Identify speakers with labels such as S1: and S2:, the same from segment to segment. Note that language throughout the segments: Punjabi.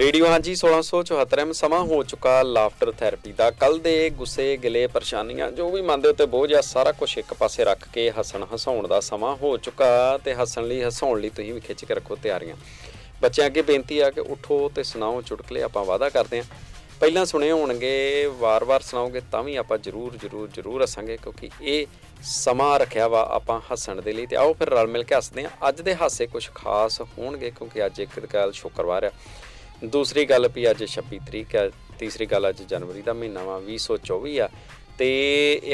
S1: ਰੇਡੀਓ ਹਾਂਜੀ 1674 ਐਮ ਸਮਾਂ ਹੋ ਚੁੱਕਾ ਲਾਫਟਰ ਥੈਰੇਪੀ ਦਾ ਕੱਲ ਦੇ ਗੁੱਸੇ ਗਿਲੇ ਪਰੇਸ਼ਾਨੀਆਂ ਜੋ ਵੀ ਮਨ ਦੇ ਉੱਤੇ ਬੋਝ ਆ ਸਾਰਾ ਕੁਝ ਇੱਕ ਪਾਸੇ ਰੱਖ ਕੇ ਹੱਸਣ ਹਸਾਉਣ ਦਾ ਸਮਾਂ ਹੋ ਚੁੱਕਾ ਤੇ ਹੱਸਣ ਲਈ ਹਸਾਉਣ ਲਈ ਤੁਸੀਂ ਵੀ ਖਿੱਚ ਕੇ ਰੱਖੋ ਤਿਆਰੀਆਂ ਬੱਚਿਆਂ ਅੱਗੇ ਬੇਨਤੀ ਆ ਕਿ ਉਠੋ ਤੇ ਸੁਣਾਓ ਚੁਟਕਲੇ ਆਪਾਂ ਵਾਅਦਾ ਕਰਦੇ ਹਾਂ ਪਹਿਲਾਂ ਸੁਣੇ ਹੋਣਗੇ ਵਾਰ-ਵਾਰ ਸੁਣਾਓਗੇ ਤਾਂ ਵੀ ਆਪਾਂ ਜ਼ਰੂਰ ਜ਼ਰੂਰ ਜ਼ਰੂਰ ਹੱਸਾਂਗੇ ਕਿਉਂਕਿ ਇਹ ਸਮਾਂ ਰੱਖਿਆ ਵਾ ਆਪਾਂ ਹੱਸਣ ਦੇ ਲਈ ਤੇ ਆਓ ਫਿਰ ਰਲ ਮਿਲ ਕੇ ਹੱਸਦੇ ਹਾਂ ਅੱਜ ਦੇ ਹਾਸੇ ਕੁਝ ਖਾਸ ਹੋਣਗੇ ਕਿਉਂਕਿ ਅੱਜ ਇੱਕ ਗੱਲ ਸ਼ੁੱਕਰਵਾਰ ਆ ਦੂਸਰੀ ਗੱਲ ਵੀ ਅੱਜ 26 ਤਰੀਕ ਹੈ ਤੀਸਰੀ ਗੱਲ ਅੱਜ ਜਨਵਰੀ ਦਾ ਮਹੀਨਾ ਵਾ 2024 ਆ ਤੇ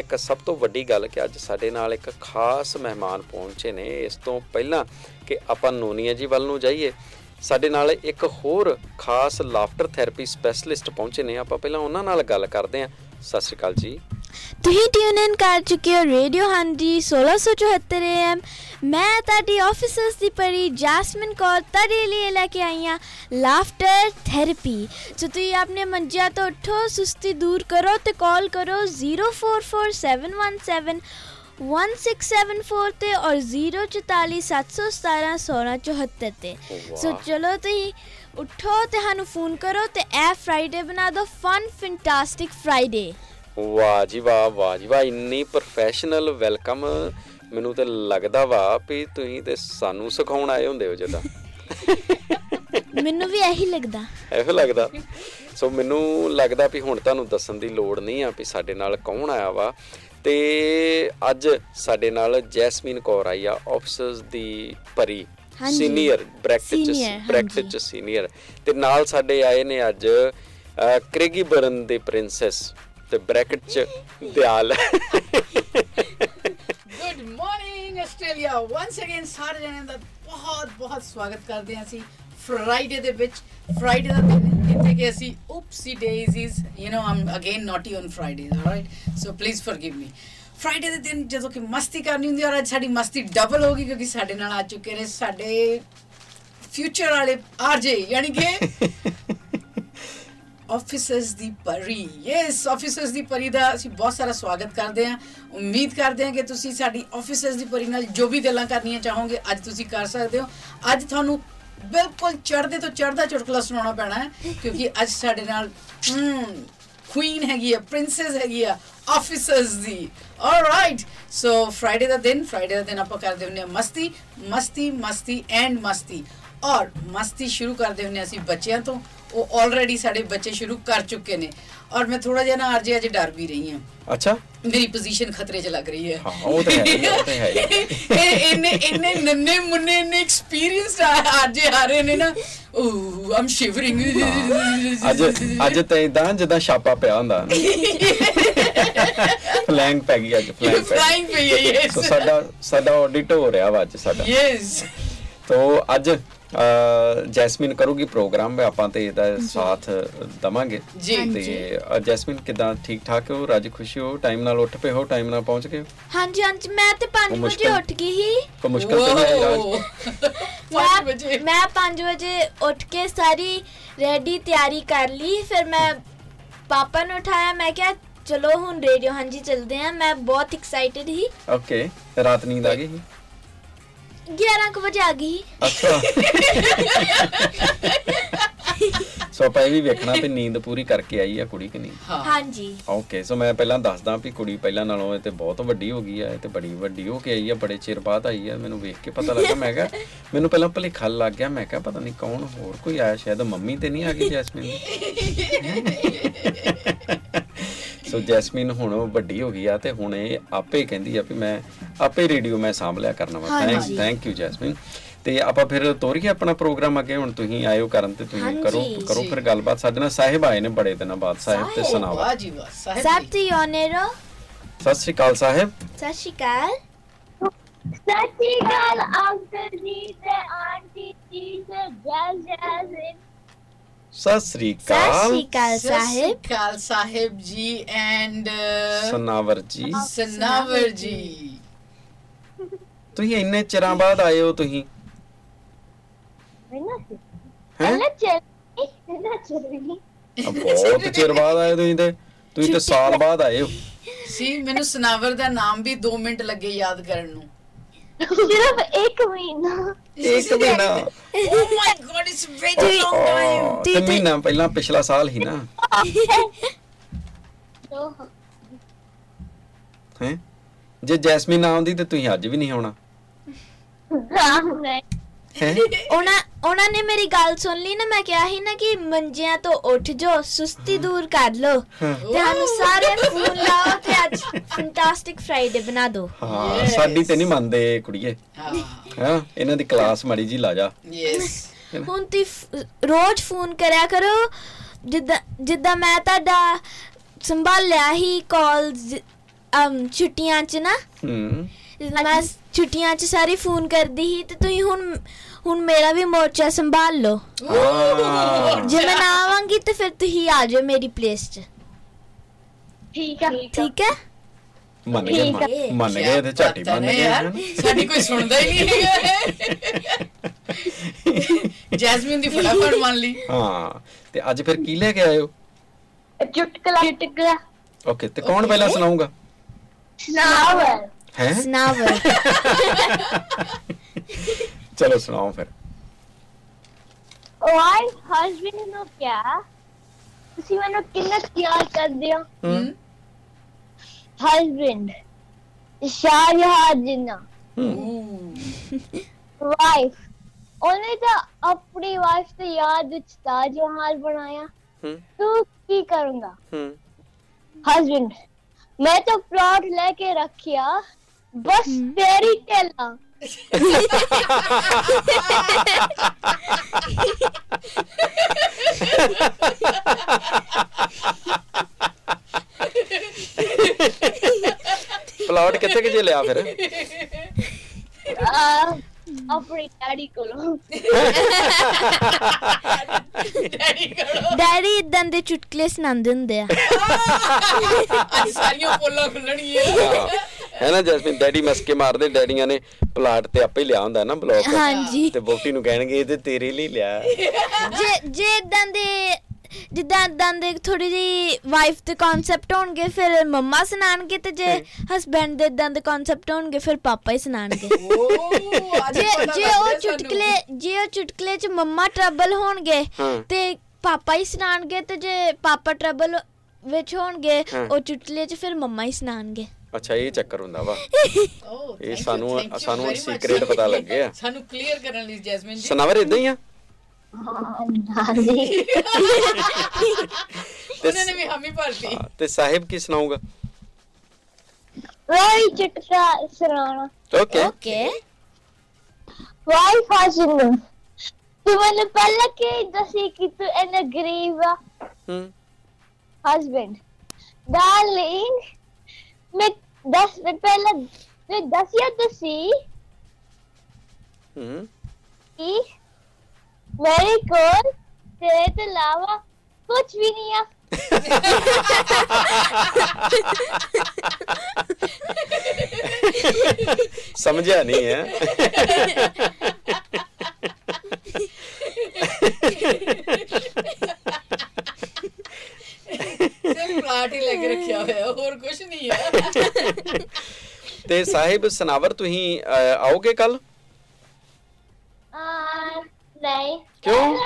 S1: ਇੱਕ ਸਭ ਤੋਂ ਵੱਡੀ ਗੱਲ ਕਿ ਅੱਜ ਸਾਡੇ ਨਾਲ ਇੱਕ ਖਾਸ ਮਹਿਮਾਨ ਪਹੁੰਚੇ ਨੇ ਇਸ ਤੋਂ ਪਹਿਲਾਂ ਕਿ ਆਪਾਂ ਨੋਨੀਆ ਜੀ ਵੱਲ ਨੂੰ ਜਾਈਏ ਸਾਡੇ ਨਾਲ ਇੱਕ ਹੋਰ ਖਾਸ ਲਾਫਟਰ ਥੈਰੇਪੀ ਸਪੈਸ਼ਲਿਸਟ ਪਹੁੰਚੇ ਨੇ ਆਪਾਂ ਪਹਿਲਾਂ ਉਹਨਾਂ ਨਾਲ ਗੱਲ ਕਰਦੇ ਹਾਂ ਸਤਿ ਸ਼੍ਰੀ ਅਕਾਲ ਜੀ
S2: ਤੁਸੀਂ ਟਿਊਨ ਇਨ ਕਰ ਚੁੱਕੇ ਹੋ ਰੇਡੀਓ ਹਾਂਜੀ 1674 AM ਮੈਂ ਤੁਹਾਡੀ ਆਫਿਸਰਸ ਦੀ ਪਰੀ ਜੈਸਮਿਨ ਕੌਰ ਤੁਹਾਡੇ ਲਈ ਲੈ ਕੇ ਆਈ ਹਾਂ ਲਾਫਟਰ ਥੈਰੇਪੀ ਸੋ ਤੁਸੀਂ ਆਪਣੇ ਮੰਜਿਆਂ ਤੋਂ ਉੱਠੋ ਸੁਸਤੀ ਦੂਰ ਕਰੋ ਤੇ ਕਾਲ ਕਰੋ 044717 1674 ਤੇ ਔਰ 0447171674 ਤੇ ਸੋ
S1: ਵਾਹ।
S2: ਚਲੋ ਤੁਸੀਂ ਉੱਠੋ ਤੇ ਸਾਨੂੰ ਫੋਨ ਕਰੋ ਤੇ ਇਹ ਫਰਾਈਡੇ ਬਣਾ ਦਿਓ ਫਨ ਫੈਂਟਾਸਟਿਕ ਫਰਾਈਡੇ
S1: ਵਾਹ ਜੀ ਵਾਹ ਵਾਹ ਜੀ ਵਾਹ ਇੰਨੀ ਪ੍ਰੋਫੈਸ਼ਨਲ ਵੈਲਕਮ ਮੈਨੂੰ ਤੇ ਲੱਗਦਾ ਵਾ ਵੀ ਤੁਸੀਂ ਤੇ ਸਾਨੂੰ ਸਿਖਾਉਣ ਆਏ ਹੁੰਦੇ ਹੋ ਜਿੱਦਾਂ
S2: ਮੈਨੂੰ ਵੀ ਇਹੀ ਲੱਗਦਾ
S1: ਇਹੋ ਲੱਗਦਾ ਸੋ ਮੈਨੂੰ ਲੱਗਦਾ ਵੀ ਹੁਣ ਤੁਹਾਨੂੰ ਦੱਸਣ ਦੀ ਲੋੜ ਨਹੀਂ ਆ ਵੀ ਸਾਡੇ ਨਾਲ ਕੌਣ ਆਇਆ ਵਾ ਤੇ ਅੱਜ ਸਾਡੇ ਨਾਲ ਜੈਸਮੀਨ ਕੌਰ ਆਈ ਆ ਆਫਿਸਰਸ ਦੀ ਪਰੀ
S2: ਹਾਂਜੀ।
S1: ਸੀਨੀਅਰ ਬ੍ਰੈਕਟ ਚ
S2: Senior,
S1: ਬ੍ਰੈਕਟ ਚ ਸੀਨੀਅਰ ਤੇ ਨਾਲ ਸਾਡੇ ਆਏ ਨੇ ਅੱਜ ਅ, ਕ੍ਰਿਗੀ ਬਰਨ ਦੇ ਪ੍ਰਿੰਸੈਸ ਤੇ ਬ੍ਰੈਕਟ ਚ Dayal
S3: good morning Australia once again ਸਾਰੇ ਜਣਿਆਂ ਦਾ ਬਹੁਤ ਬਹੁਤ ਸਵਾਗਤ ਕਰਦੇ ਹਾਂ ਅਸੀਂ ਫਰਾਈਡੇ ਦੇ ਵਿੱਚ ਫਰਾਈਡੇ ਦਾ ਦਿਨ ਹੈ, ਜਿੱਥੇ ਕਿ ਅਸੀਂ ਉਪਸੀ daisies you know Aam again naughty on Friday alright so please forgive me Friday ਦੇ ਦਿਨ ਜਦੋਂ ਕਿ ਮਸਤੀ ਕਰਨੀ ਹੁੰਦੀ ਹੈ ਔਰ ਅੱਜ ਸਾਡੀ ਮਸਤੀ ਡਬਲ ਹੋ ਗਈ ਕਿਉਂਕਿ ਸਾਡੇ ਨਾਲ ਆ ਚੁੱਕੇ ਨੇ ਸਾਡੇ ਫਿਊਚਰ ਵਾਲੇ ਆਰਜੇ ਯਾਨੀ ਕਿ ਆਫਿਸਰਸ ਦੀ ਪਰੀ ਯੈਸ ਆਫਿਸਰਸ ਦੀ ਪਰੀ ਦਾ ਅਸੀਂ ਬਹੁਤ ਸਾਰਾ ਸਵਾਗਤ ਕਰਦੇ ਹਾਂ ਉਮੀਦ ਕਰਦੇ ਹਾਂ ਕਿ ਤੁਸੀਂ ਸਾਡੀ ਆਫਿਸਰਸ ਦੀ ਪਰੀ ਨਾਲ ਜੋ ਵੀ ਗੱਲਾਂ ਕਰਨੀਆਂ ਚਾਹੋਗੇ ਅੱਜ ਤੁਸੀਂ ਕਰ ਸਕਦੇ ਹੋ ਅੱਜ ਤੁਹਾਨੂੰ ਬਿਲਕੁਲ ਚੜ੍ਹਦੇ ਤੋਂ ਚੜ੍ਹਦਾ ਚੁਟਕਲਾ ਸੁਣਾਉਣਾ ਪੈਣਾ ਹੈ ਕਿਉਂਕਿ ਅੱਜ ਸਾਡੇ ਨਾਲ ਕੁਈਨ ਹੈਗੀ ਆ ਪ੍ਰਿੰਸੈਸ ਹੈਗੀ ਆ ਆਫਿਸਰਸ ਦੀ ਆਲਰਾਈਟ ਸੋ ਫਰਾਈਡੇ ਦਾ ਦਿਨ ਫਰਾਈਡੇ ਦਾ ਦਿਨ ਆਪਾਂ ਕਰਦੇ ਹੁੰਦੇ ਹਾਂ ਮਸਤੀ ਮਸਤੀ ਮਸਤੀ ਐਂਡ ਮਸਤੀ ਔਰ ਮਸਤੀ ਸ਼ੁਰੂ ਕਰਦੇ ਹੁੰਦੇ ਹਾਂ ਅਸੀਂ ਬੱਚਿਆਂ ਤੋਂ ਉਹ ਆਲਰੇਡੀ ਸਾਡੇ ਬੱਚੇ ਸ਼ੁਰੂ ਕਰ ਚੁੱਕੇ ਨੇ ਔਰ ਮੈਂ ਥੋੜਾ ਜਿਹਾ ਨਾ ਅਰਜੇ ਅੱਜ ਡਰ ਵੀ ਰਹੀ ਹਾਂ
S1: ਅੱਛਾ
S3: ਮੇਰੀ ਪੋਜੀਸ਼ਨ ਖਤਰੇ 'ਚ ਲੱਗ ਰਹੀ ਹੈ
S1: ਹਾਂ ਉਹ ਤਾਂ ਹੈ ਹੀ, ਉਹ ਤਾਂ ਹੈ ਹੀ।
S3: ਇਹ ਇਹਨੇ ਇਹਨੇ ਨੰਨੇ ਮੁੰਨੇ ਇਹਨੇ ਐਕਸਪੀਰੀਅੰਸ ਆਰਜੇ ਆ ਰਹੇ ਨੇ ਨਾ ਓ ਆਮ ਸ਼ਿਵਰਿੰਗ
S1: ਅੱਜ ਅੱਜ ਤਾਂ ਇਦਾਂ ਜਿੱਦਾਂ ਛਾਪਾ ਪਿਆ ਹੁੰਦਾ ਫਲੈਂਗ ਪੈ ਗਈ ਅੱਜ ਫਲੈਂਗ ਪੈ ਗਈ
S3: ਫਲਾਈਂਗ ਪਈ ਹੈ yes.
S1: ਸੋ ਸਾਡਾ ਸਾਡਾ ਆਡਿਟ ਹੋ ਰਿਹਾ ਵਾ ਅੱਜ ਸਾਡਾ
S3: ਯੈਸ
S1: ਤੋ ਅੱਜ ਅ, ਜੈਸਮੀਨ ਕਰੂਗੀ ਪ੍ਰੋਗਰਾਮ ਆਪਾਂ ਤੇ ਇਹਦਾ ਸਾਥ ਦਵਾਂਗੇ
S3: ਜੀ।
S1: ਤੇ ਅ, ਜੈਸਮੀਨ ਕਿਦਾਂ ਠੀਕ ਠਾਕ ਹੋ ਰਾਜ ਖੁਸ਼ੀ ਹੋ ਟਾਈਮ ਨਾਲ ਉੱਠ ਪਏ ਹੋ ਟਾਈਮ ਨਾਲ ਪਹੁੰਚ ਗਏ ਹੋ?
S2: ਹਾਂਜੀ ਹਾਂਜੀ ਮੈਂ ਤੇ 5
S1: ਉਹ
S2: ਵਜੇ
S1: ਮੁਸ਼ਕਿਲ।
S2: ਉੱਠ ਗਈ ਸੀ
S1: ਕੋਈ ਮੁਸ਼ਕਲ ਤਾਂ ਨਹੀਂ ਆਈ ਰਾਜ
S3: ਪੰਜ
S2: ਮੈਂ-
S3: ਵਜੇ
S2: ਮੈਂ 5 ਵਜੇ ਉੱਠ ਕੇ ਸਾਰੀ ਰੈਡੀ ਤਿਆਰੀ ਕਰ ਲਈ ਫਿਰ ਮੈਂ ਪਾਪਾ ਨੂੰ ਉਠਾਇਆ ਮੈਂ ਕਿਹਾ ਚਲੋ ਹੁਣ ਰੇਡੀਓ ਹਾਂਜੀ ਚਲਦੇ ਆ ਮੈਂ ਬਹੁਤ ਐਕਸਾਈਟਡ ਸੀ
S1: ਓਕੇ ਰਾਤ ਨੀਂਦ ਆ ਗਈ ਸੀ?
S2: 11 ਕੁ ਵਜੇ ਆ ਗਈ
S1: ਅੱਛਾ ਸੋ ਆਪਾਂ ਇਹ ਵੀ ਵੇਖਣਾ ਵੀ ਨੀਂਦ ਪੂਰੀ ਕਰਕੇ ਆਈ ਆ ਕੁੜੀ ਕਿ ਨਹੀਂ
S3: ਹਾਂ
S2: ਹਾਂਜੀ
S1: ਓਕੇ ਸੋ ਮੈਂ ਪਹਿਲਾਂ ਦੱਸਦਾ ਵੀ ਕੁੜੀ ਪਹਿਲਾਂ ਨਾਲੋਂ ਇਹ ਤੇ ਬਹੁਤ ਵੱਡੀ ਹੋ ਗਈ ਆ ਇਹ ਤੇ ਬੜੀ ਵੱਡੀ ਹੋ ਕੇ ਆਈ ਆ ਬੜੇ ਚਿਰ ਬਾਅਦ ਆਈ ਆ ਮੈਨੂੰ ਵੇਖ ਕੇ ਪਤਾ ਲੱਗਾ ਮੈਂ ਕਿਹਾ ਮੈਨੂੰ ਪਹਿਲਾਂ ਭੁਲੇਖਾ ਲੱਗ ਗਿਆ ਮੈਂ ਕਿਹਾ ਪਤਾ ਨਹੀਂ ਕੌਣ ਹੋਰ ਕੋਈ ਆਇਆ ਸ਼ਾਇਦ ਮੰਮੀ ਤੇ ਨਹੀਂ ਆ ਗਈ ਜੈਸਮੀਨ ਦੀ ਸੋ ਜੈਸਮੀਨ ਹੁਣ ਉਹ ਵੱਡੀ ਹੋ ਗਈ ਆ ਤੇ ਹੁਣ ਇਹ ਆਪੇ ਕਹਿੰਦੀ ਆ ਵੀ ਮੈਂ ਆਪੇ ਰੇਡੀਓ ਮੈਂ ਸਾਂਭ ਲਿਆ ਕਰਨਾ ਵਾ ਥੈਂਕ
S2: ਹਾਂਜੀ।
S1: ਥੈਂਕ ਯੂ ਜੈਸਮੀਨ ਤੇ ਆਪਾਂ ਫਿਰ ਤੋਰੀਏ ਆਪਣਾ ਪ੍ਰੋਗਰਾਮ ਅੱਗੇ ਹੁਣ ਤੁਸੀਂ ਆਇਓ ਕਰਨ ਤੇ ਤੁਸੀਂ ਕਰੋ
S2: ਹਾਂਜੀ।
S1: ਕਰੋ ਫਿਰ ਗੱਲਬਾਤ ਸਾਡੇ ਨਾਲ ਸਾਹਿਬ ਆਏ ਨੇ ਬੜੇ ਦਿਨਾਂ ਬਾਅਦ ਸਾਹਿਬ ਤੇ
S2: ਸਾਹਿਬ।
S1: ਸੁਣਾਵਾ
S3: ਵਾਹ ਜੀ ਵਾਹ ਸਾਹਿਬ
S2: ਸਭ
S3: ਜੀ।
S2: ਤੇ ਯੋਨੇਰੋ
S1: ਸਤਿ ਸ਼੍ਰੀ ਅਕਾਲ ਸਾਹਿਬ
S2: ਸਤਿ ਸ਼੍ਰੀ ਅਕਾਲ
S4: ਸਤਿ ਸ਼੍ਰੀ ਅਕਾਲ ਅੰਕਲ ਜੀ ਤੇ ਆਂਟੀ ਜੀ ਤੇ ਜੈ ਜੈ ਜੀ
S1: ਸਤਿ ਸ੍ਰੀ
S2: ਸਤਿ
S1: ਅਕਾਲ
S2: ਸ਼੍ਰੀ ਅਕਾਲ
S3: ਸਤਿ ਸ਼੍ਰੀ
S2: ਸਾਹਿਬ
S3: ਅਕਾਲ ਸਾਹਿਬ ਜੀ ਐਂਡ uh,
S1: ਸਨਾਵਰ ਜੀ
S3: ਸਨਾਵਰ ਜੀ
S1: ਤੁਸੀਂ ਇੰਨੇ ਚਿਰਾਂ ਬਾਅਦ ਆਏ ਹੋ ਤੁਸੀਂ
S4: ਮੈਨੂੰ ਸੀ
S1: ਹੈ
S4: ਅੱਲਾ ਚੱਲੀ ਅੱਲਾ ਚੱਲੀ
S1: ਬਹੁਤ ਚਿਰ ਬਾਅਦ ਆਏ ਤੁਸੀਂ ਤੇ ਤੁਸੀਂ ਤੇ ਸਾਲ ਬਾਅਦ ਆਏ ਹੋ
S3: ਸੀ ਮੈਨੂੰ ਸਨਾਵਰ ਦਾ ਨਾਮ ਵੀ 2 ਮਿੰਟ ਲੱਗੇ ਯਾਦ ਕਰਨ ਨੂੰ
S4: सिर्फ एक महीना
S1: ਇੱਕ Oh, ਮਹੀਨਾ
S3: oh my god it's very long time
S1: ਆਹ, ਤੇ ਮਹੀਨਾ ਪਹਿਲਾਂ ਪਿਛਲਾ ਸਾਲ ਹੀ ਨਾ
S4: तो
S1: ਹੈ ਜੇ ਜੈਸਮੀਨ ਨਾ ਆਉਂਦੀ ਤੇ ਤੁਸੀਂ ਅੱਜ ਵੀ ਨਹੀਂ ਆਉਣਾ
S4: राम नहीं
S1: ਹੈ
S2: ਉਹਨਾਂ ਉਹਨਾਂ ਨੇ ਮੇਰੀ ਗੱਲ ਸੁਣ ਲਈ ਨਾ ਮੈਂ ਕਿਹਾ ਸੀ ਨਾ ਕਿ ਮੰਜਿਆਂ ਤੋਂ ਉੱਠ ਜਾਓ ਸੁਸਤੀ ਦੂਰ ਕਰ ਲਓ ਤੇ ਸਾਨੂੰ ਸਾਰੇ ਫੋਨ ਲਾਓ ਤੇ ਅੱਜ ਫੈਂਟਾਸਟਿਕ ਫਰਾਈਡੇ ਬਣਾ ਦਿਓ
S1: ਹਾਂ
S3: Yes.
S1: ਸਾਡੀ ਤੇ ਨਹੀਂ ਮੰਨਦੇ ਕੁੜੀਏ
S3: ਹਾਂ
S1: ਹਾਂ ਇਹਨਾਂ ਦੀ ਕਲਾਸ ਮੜੀ ਜੀ ਲਾ ਜਾ
S3: ਯੈਸ
S2: ਹੁਣ ਤੁਸੀਂ ਫ- ਰੋਜ਼ ਫੋਨ ਕਰਿਆ ਕਰੋ ਜਿੱਦਾਂ ਜਿੱਦਾਂ ਮੈਂ ਤੁਹਾਡਾ ਸੰਭਾਲਿਆ ਹੀ ਕਾਲਸ ਅਮ ਛੁੱਟੀਆਂ 'ਚ ਨਾ
S1: ਹੂੰ
S2: ਜਿੱਦਾਂ ਮੈਂ ਛੁੱਟੀਆਂ 'ਚ ਸਾਰੀ ਫੋਨ ਕਰਦੀ ਸੀ ਤੇ ਤੁਸੀਂ ਹੁਣ ਹੁਣ ਮੇਰਾ ਵੀ ਮੋਰਚਾ ਸੰਭਾਲ ਲਓ
S1: ਹਾਂ।
S2: ਜੇ ਮੈਂ ਨਾ ਆਵਾਂਗੀ ਤੇ ਫਿਰ ਤੁਸੀਂ ਆ ਜਾਓ ਮੇਰੀ ਪਲੇਸ 'ਚ
S4: ठीक है
S2: ਠੀਕ ਹੈ
S1: ਮੰਨ ਗਏ
S4: ਠੀਕ
S2: ਹੈ।
S1: ਮੰਨ- ਮੰਨ ਗਏ ਤੇ ਝਾਟੀ ਮੰਨ ਗਏ
S3: ਯਾਰ
S1: ਹਨਾ?
S3: ਸਾਡੀ ਕੋਈ ਸੁਣਦਾ ਹੀ ਨਹੀਂ ਹੈਗਾ ਜੈਸਮੀਨ ਦੀ ਫਟਾਫਟ ਮੰਨ ਲਈ
S1: ਹਾਂ ਤੇ ਅੱਜ ਫਿਰ ਕੀ ਲੈ ਕੇ ਆਇਓ
S4: चुटकुला चुटकुला
S1: ਓਕੇ ਤੇ ਕੌਣ ਪਹਿਲਾਂ ਸੁਣਾਊਗਾ
S4: स्नावर
S1: ਹੈ
S2: ਸੁਣਾਵੋ
S1: ਚਲੋ ਸੁਣਾਓ ਫਿਰ
S4: और हस्बैंड नो क्या उसी मैंने कितना प्यार कर दिया
S1: ਹੂੰ
S4: हस्बैंड शाहजहां जिन्ना
S1: ਹੂੰ।
S4: वाइफ ਉਹਨੇ ਤਾਂ ਆਪਣੀ ਵਾਈਫ ਤੇ ਯਾਦ ਵਿੱਚ ਤਾਜਮਹਿਲ ਬਣਾਇਆ
S1: ਹੂੰ
S4: ਤੂੰ ਕੀ ਕਰੂੰਗਾ
S1: ਹੂੰ
S4: ਹਸਬੰਡ ਮੈਂ ਤਾਂ ਪਲਾਟ ਲੈ ਕੇ ਰੱਖਿਆ ਬਸ ਤੇਰੀ ਟੇਲਾ
S1: ਪਲਾਟ ਕਿੱਥੇ ਕਿ ਜੇ ਲਿਆ ਫਿਰ
S4: ਆਪਣੇ ਡੈਡੀ ਕੋਲੋਂ
S3: ਡੈਡੀ ਕਰੋ
S2: ਡੈਡੀ ਇਦਾਂ ਦੇ ਚੁਟਕਲੇ ਸੁਣਾਉਂਦੇ ਹੁੰਦੇ ਆ
S3: ਅੱਜ ਸਾਰੀਆਂ ਪੋਲਾਂ ਖੁੱਲਣਗੀਆਂ
S1: ਹਾਂ। ਹੈ ਨਾ ਜੈਸਮੀਨ ਡੈਡੀ ਮਸਕੇ ਮਾਰਦੇ ਡੈਡੀਆਂ ਨੇ ਪਲਾਟ ਤੇ ਆਪੇ ਲਿਆ ਹੁੰਦਾ ਨਾ ਬਲੌਕ
S2: ਹਾਂਜੀ
S1: ਤੇ ਬੋਟੀ ਨੂੰ ਕਹਿਣਗੇ ਇਹ ਤੇ ਤੇਰੇ ਲਈ ਲਿਆ
S2: ਜੇ ਜੇ ਇਦਾਂ ਦੇ ਜਿੱਦਾਂ ਇਦਾਂ ਦੇ ਥੋੜੀ ਜੀ ਵਾਈਫ ਦੇ ਕਨਸੈਪਟ ਹੋਣਗੇ ਫਿਰ ਮੰਮਾ ਸੁਣਾਣਗੇ ਤੇ ਜੇ ਹਸਬੰਡ ਦੇ ਇਦਾਂ ਦੇ ਕਨਸੈਪਟ ਹੋਣਗੇ ਫਿਰ ਪਾਪਾ ਹੀ ਸੁਣਾਣਗੇ
S3: ਓ ਅੱਜ
S2: ਜੇ
S3: ਪੋਲਾਂ
S2: ਜੇ ਉਹ
S3: ਲੱਗਦੀਆਂ ਸਾਨੂੰ।
S2: ਚੁਟਕਲੇ ਜੇ ਉਹ ਚੁਟਕਲੇ ਚ ਮੰਮਾ ਟਰਬਲ ਹੋਣਗੇ
S1: ਹਾਂ।
S2: ਤੇ ਪਾਪਾ ਹੀ ਸੁਣਾਣਗੇ ਤੇ ਜੇ ਪਾਪਾ ਟਰਬਲ ਵਿੱਚ ਹੋਣਗੇ
S1: ਹਾਂ।
S2: ਉਹ ਚੁਟਕਲੇ ਚ ਫਿਰ ਮੰਮਾ ਹੀ ਸੁਣਾਣਗੇ
S1: ਅੱਛਾ ਇਹ ਚੱਕਰ ਹੁੰਦਾ ਵਾ
S3: ਓ,
S1: ਇਹ
S3: thank you,
S1: ਸਾਨੂੰ-
S3: thank you
S1: ਸਾਨੂੰ
S3: very much.
S1: secret ਪਤਾ ਲੱਗਿਆ।
S3: ਸਾਨੂੰ ਕਲੀਅਰ ਕਰਨ ਲਈ ਜੈਸਮੀਨ ਜੀ
S1: ਸਨਾਵਰ ਇਦਾਂ ਹੀ ਆ
S4: ਹਾਂਜੀ
S3: ਉਹਨਾਂ ਨੇ ਵੀ ਹਾਮੀ ਭਰਤੀ
S1: ਹਾਂ, ਤੇ ਸਾਹਿਬ ਕੀ ਸੁਣਾਊਗਾ
S4: ਵੈਰੀ ਚੁਟਕਾ ਸੁਣਾਉਣਾ
S1: ਓਕੇ
S2: ਓਕੇ
S4: ਵਾਈ ਫਾਜ਼ਿਲ ਤੂੰ ਮੈਨੂੰ ਪਹਿਲਾਂ ਕਿ ਦੱਸੀ ਕਿ ਤੂੰ ਇਹਨਾਂ ਗਰੀਬ ਆ
S1: ਹੂੰ
S4: husband. Darling, मैं दस मैं पहले मैं दस या तो सी
S1: ਹੂੰ
S4: कि मेरे को तेरे तो अलावा कुछ भी नहीं है
S1: ਸਮਝਿਆ ਨਹੀਂ ਹੈ
S3: ਸਿਰਫ ਪਲਾਟ ਹੀ ਲੈ ਕੇ ਰੱਖਿਆ ਹੋਇਆ ਹੋਰ ਕੁਝ ਨਹੀਂ ਹੈ
S1: ਤੇ ਸਾਹਿਬ ਸਨਾਵਰ ਤੁਸੀਂ ਅਹ, ਆਓਗੇ ਕੱਲ
S4: आ, नहीं
S1: क्यों?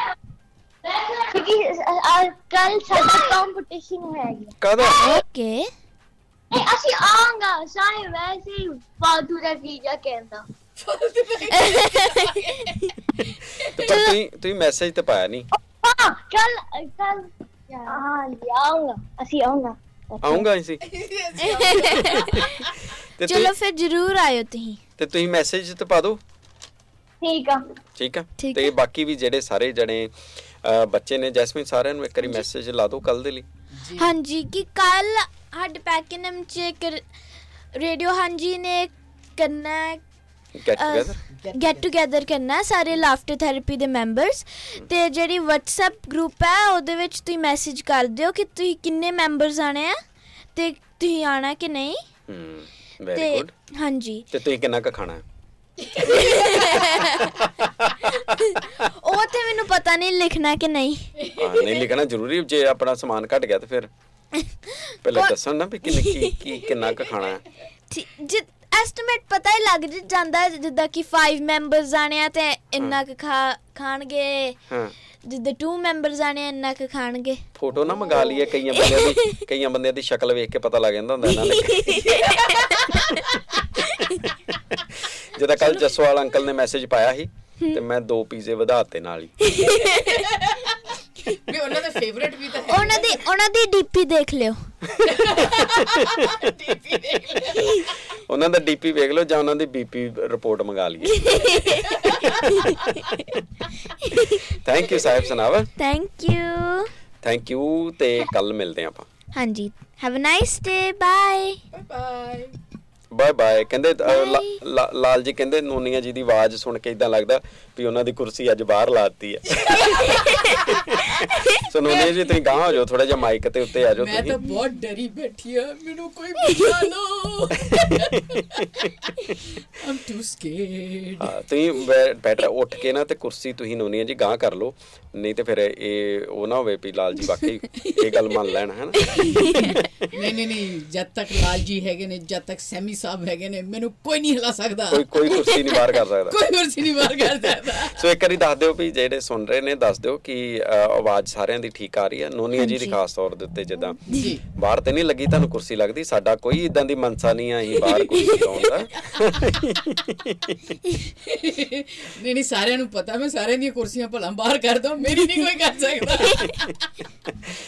S4: क्योंकि आ, कल साडा कंपटीशन है ये।
S1: ਕਦੋਂ
S2: ਓਕੇ
S4: नहीं असि आऊंगा सारे वैसे ही फालतू का वीजा कहना
S1: ਤੇ ਪਰ ਤੁਸੀਂ ਤੁਸੀਂ ਮੈਸੇਜ ਤੇ ਪਾਇਆ ਨਹੀਂ
S4: हां हाँ, कल कल हां आऊंगा असि आऊंगा
S1: ਆਉਂਗਾ ਅਸੀਂ ਤੇ
S2: ਚਲੋ
S1: ਤੁਸੀਂ
S2: ਫਿਰ ਜ਼ਰੂਰ ਆਇਓ ਤੁਸੀਂ
S1: ਤੇ ਤੁਸੀਂ ਮੈਸੇਜ ਤੇ ਪਾ ਦਿਓ
S4: ठीक है
S1: ਠੀਕ ਆ
S2: ਠੀਕ
S1: ਤੇ
S2: ਆ।
S1: ਬਾਕੀ ਵੀ ਜਿਹੜੇ ਸਾਰੇ ਜਣੇ ਅਹ, ਬੱਚੇ ਨੇ ਜੈਸਮੀਨ ਸਾਰਿਆਂ ਨੂੰ ਇੱਕ ਵਾਰੀ ਮੈਸੇਜ ਲਾ ਦਿਓ ਕੱਲ ਦੇ ਲਈ
S2: ਹਾਂਜੀ ਕਿ ਕੱਲ ਸਾਡੇ ਪੈਕਨਮ ਚ ਇੱਕ ਰੇਡੀਓ ਹਾਂਜੀ ਨੇ ਕਰਨਾ
S1: ਗੈਟ ਟੂਗੇਦਰ
S2: ਗੈਟ ਟੂਗੇਦਰ ਕਰਨਾ ਹੈ ਸਾਰੇ ਲਾਫਟਰ ਥੈਰੇਪੀ ਦੇ ਮੈਂਬਰਸ ਤੇ ਜਿਹੜੀ WhatsApp ਗਰੁੱਪ ਹੈ ਉਹਦੇ ਵਿੱਚ ਤੁਸੀਂ ਮੈਸੇਜ ਕਰ ਦਿਓ ਕਿ ਤੁਸੀਂ ਕਿੰਨੇ ਮੈਂਬਰਸ ਆਣੇ ਆ ਤੇ ਤੁਸੀਂ ਆਣਾ ਕਿ ਨਹੀਂ
S1: ਹੂੰ ਵੈਰੀ
S2: ਤੇ
S1: ਗੁੱਡ
S2: ਹਾਂਜੀ
S1: ਤੇ ਤੁਸੀਂ ਕਿੰਨਾ ਕੁ ਖਾਣਾ ਹੈ
S2: ਉਹ ਤੇ ਮੈਨੂੰ ਪਤਾ ਨਹੀਂ ਲਿਖਣਾ ਕਿ ਨਹੀਂ
S1: ਹਾਂ, ਨਹੀਂ ਲਿਖਣਾ ਜ਼ਰੂਰੀ ਜੇ ਆਪਣਾ ਸਮਾਨ ਘਟ ਗਿਆ ਤੇ ਫਿਰ ਪਹਿਲਾਂ
S2: ਕੌਣ-
S1: ਦੱਸਣ ਨਾ ਵੀ ਕਿੰਨੇ ਕੀ ਕੀ ਕਿੰਨਾ ਕੁ ਖਾਣਾ ਹੈ
S2: ਠੀ- ਜਿ- ਐਸਟੀਮੇਟ ਪਤਾ ਹੀ ਲੱਗ ਜ- ਜਾਂਦਾ ਹੈ, ਜਿੱਦਾਂ ਕਿ 5 ਮੈਂਬਰਸ ਆਣੇ ਆ ਤੇ ਇੰਨਾ ਕੁ ਖਾ- ਖਾਣਗੇ
S1: ਹਾਂ
S2: ਜਿੱਦਾਂ 2 ਮੈਂਬਰਸ ਆਣੇ ਆ ਇੰਨਾ ਕੁ ਖਾਣਗੇ
S1: ਫੋਟੋ ਨਾ ਮੰਗਾ ਲਈਏ ਕਈਆਂ ਬੰਦਿਆਂ ਦੀ ਕਈਆਂ ਬੰਦਿਆਂ ਦੀ ਸ਼ਕਲ ਵੇਖ ਕੇ ਪਤਾ ਲੱਗ ਜਾਂਦਾ ਹੁੰਦਾ ਇਹਨਾਂ ਦੇ ਜਦੋਂ ਕੱਲ ਜਸਵਾਲ ਅੰਕਲ ਨੇ ਮੈਸੇਜ ਪਾਇਆ ਸੀ ਤੇ ਮੈਂ ਦੋ ਪੀਜ਼ੇ ਵਧਾਤੇ ਨਾਲ ਹੀ
S3: ਵੀ ਉਹਨਾਂ ਦਾ ਫੇਵਰਿਟ ਵੀ ਤਾਂ ਹੈ
S2: ਉਹਨਾਂ ਦੀ ਉਹਨਾਂ ਦੀ ਡੀਪੀ ਦੇਖ ਲਿਓ
S3: DP ਦੇਖ ਲਿਆ।
S1: ਉਹਨਾਂ ਦਾ ਡੀਪੀ ਵੇਖ ਲਓ ਜਾਂ ਉਹਨਾਂ ਦੀ ਬੀਪੀ ਰਿਪੋਰਟ ਮੰਗਾ ਲਈਏ ਥੈਂਕ ਯੂ ਸਾਹਿਬ Sanawar
S2: thank you
S1: thank you ਤੇ ਕੱਲ ਮਿਲਦੇ ਹਾਂ ਆਪਾਂ
S2: ਹਾਂਜੀ have a nice day bye
S3: Bye bye.
S1: Bye bye ਕਹਿੰਦੇ ਅਹ, ਲਾ-
S2: Bye.
S1: ਲਾ- ਲਾਲ ਜੀ ਕਹਿੰਦੇ ਨੋਨੀਆ ਜੀ ਦੀ ਆਵਾਜ਼ ਸੁਣ ਕੇ ਇਦਾਂ ਲੱਗਦਾ ਵੀ ਉਹਨਾਂ ਦੀ ਕੁਰਸੀ ਅੱਜ ਬਾਹਰ ਲਾਤੀ ਹੈ ਸੋ ਨੋਨੀਆ ਜੀ ਤੁਸੀਂ ਗਾਂਹ ਹੋ ਜਾਓ ਥੋੜਾ ਜਿਹਾ ਮਾਈਕ ਤੇ ਉੱਤੇ ਆ ਜਾਓ
S3: ਮੈਂ
S1: ਤੁਸੀਂ
S3: ਤਾਂ ਬਹੁਤ ਡਰੀ ਬੈਠੀ ਆ ਮੈਨੂੰ ਕੋਈ ਬਚਾ ਲਓ I'm too scared
S1: ਹਾਂ, ਤੁਸੀਂ ਬੈ- ਬੈਠ ਉੱਠ ਕੇ ਨਾ ਤੇ ਕੁਰਸੀ ਤੁਸੀਂ ਨੋਨੀਆ ਜੀ ਗਾਂਹ ਕਰ ਲਓ ਨਹੀਂ ਤੇ ਫਿਰ ਇਹ ਉਹ ਨਾ ਹੋਵੇ ਵੀ ਲਾਲ ਜੀ ਵਾਕਈ ਇਹ ਗੱਲ ਮੰਨ ਲੈਣ ਹੈ ਨਾ
S3: ਨਹੀਂ ਨਹੀਂ ਨਹੀਂ ਜਦ ਤੱਕ ਲਾਲ ਜੀ ਹੈਗੇ ਨੇ ਜਦ ਤੱਕ ਸੈਮੀ ਸਾਹਿਬ ਹੈਗੇ ਨੇ ਮੈਨੂੰ ਕੋਈ ਨਹੀਂ ਹਿਲਾ ਸਕਦਾ
S1: ਕੋਈ ਕੋਈ ਕੁਰਸੀ ਨਹੀਂ ਬਾਹਰ ਕਰ ਸਕਦਾ
S3: ਕੋਈ ਹੋਰ ਸਿਨੇਮਾਰ ਕਰ ਸਕਦਾ
S1: ਸੋ ਇੱਕ ਵਾਰੀ ਦੱਸ ਦਿਓ ਵੀ ਜਿਹੜੇ ਸੁਣ ਰਹੇ ਨੇ ਦੱਸ ਦਿਓ ਕਿ ਅਹ, ਆਵਾਜ਼ ਸਾਰਿਆਂ ਦੀ ਠੀਕ ਆ ਰਹੀ ਹੈ ਨੋਨੀਆ ਜੀ ਦੀ
S2: ਹਾਂਜੀ।
S1: ਖਾਸ ਤੌਰ ਦੇ ਉੱਤੇ ਜਿੱਦਾਂ
S3: ਜੀ
S1: ਬਾਹਰ ਤੇ ਨਹੀਂ ਲੱਗੀ ਤੁਹਾਨੂੰ ਕੁਰਸੀ ਲੱਗਦੀ ਸਾਡਾ ਕੋਈ ਇਦਾਂ ਦੀ ਮਨਸਾ ਨਹੀਂ ਆਹੀ ਬਾਹਰ ਕੁਰਸੀ ਲਾਉਣ ਦਾ
S3: ਨਹੀਂ ਨਹੀਂ ਸਾਰਿਆਂ ਨੂੰ ਪਤਾ ਮੈਂ ਸਾਰਿਆਂ ਦੀਆਂ ਕੁਰਸੀਆਂ ਭਲਾ ਬਾਹਰ ਕਰ ਦਵਾਂ ਮੇਰੀ ਨਹੀਂ ਕੋਈ ਕਰ ਸਕਦਾ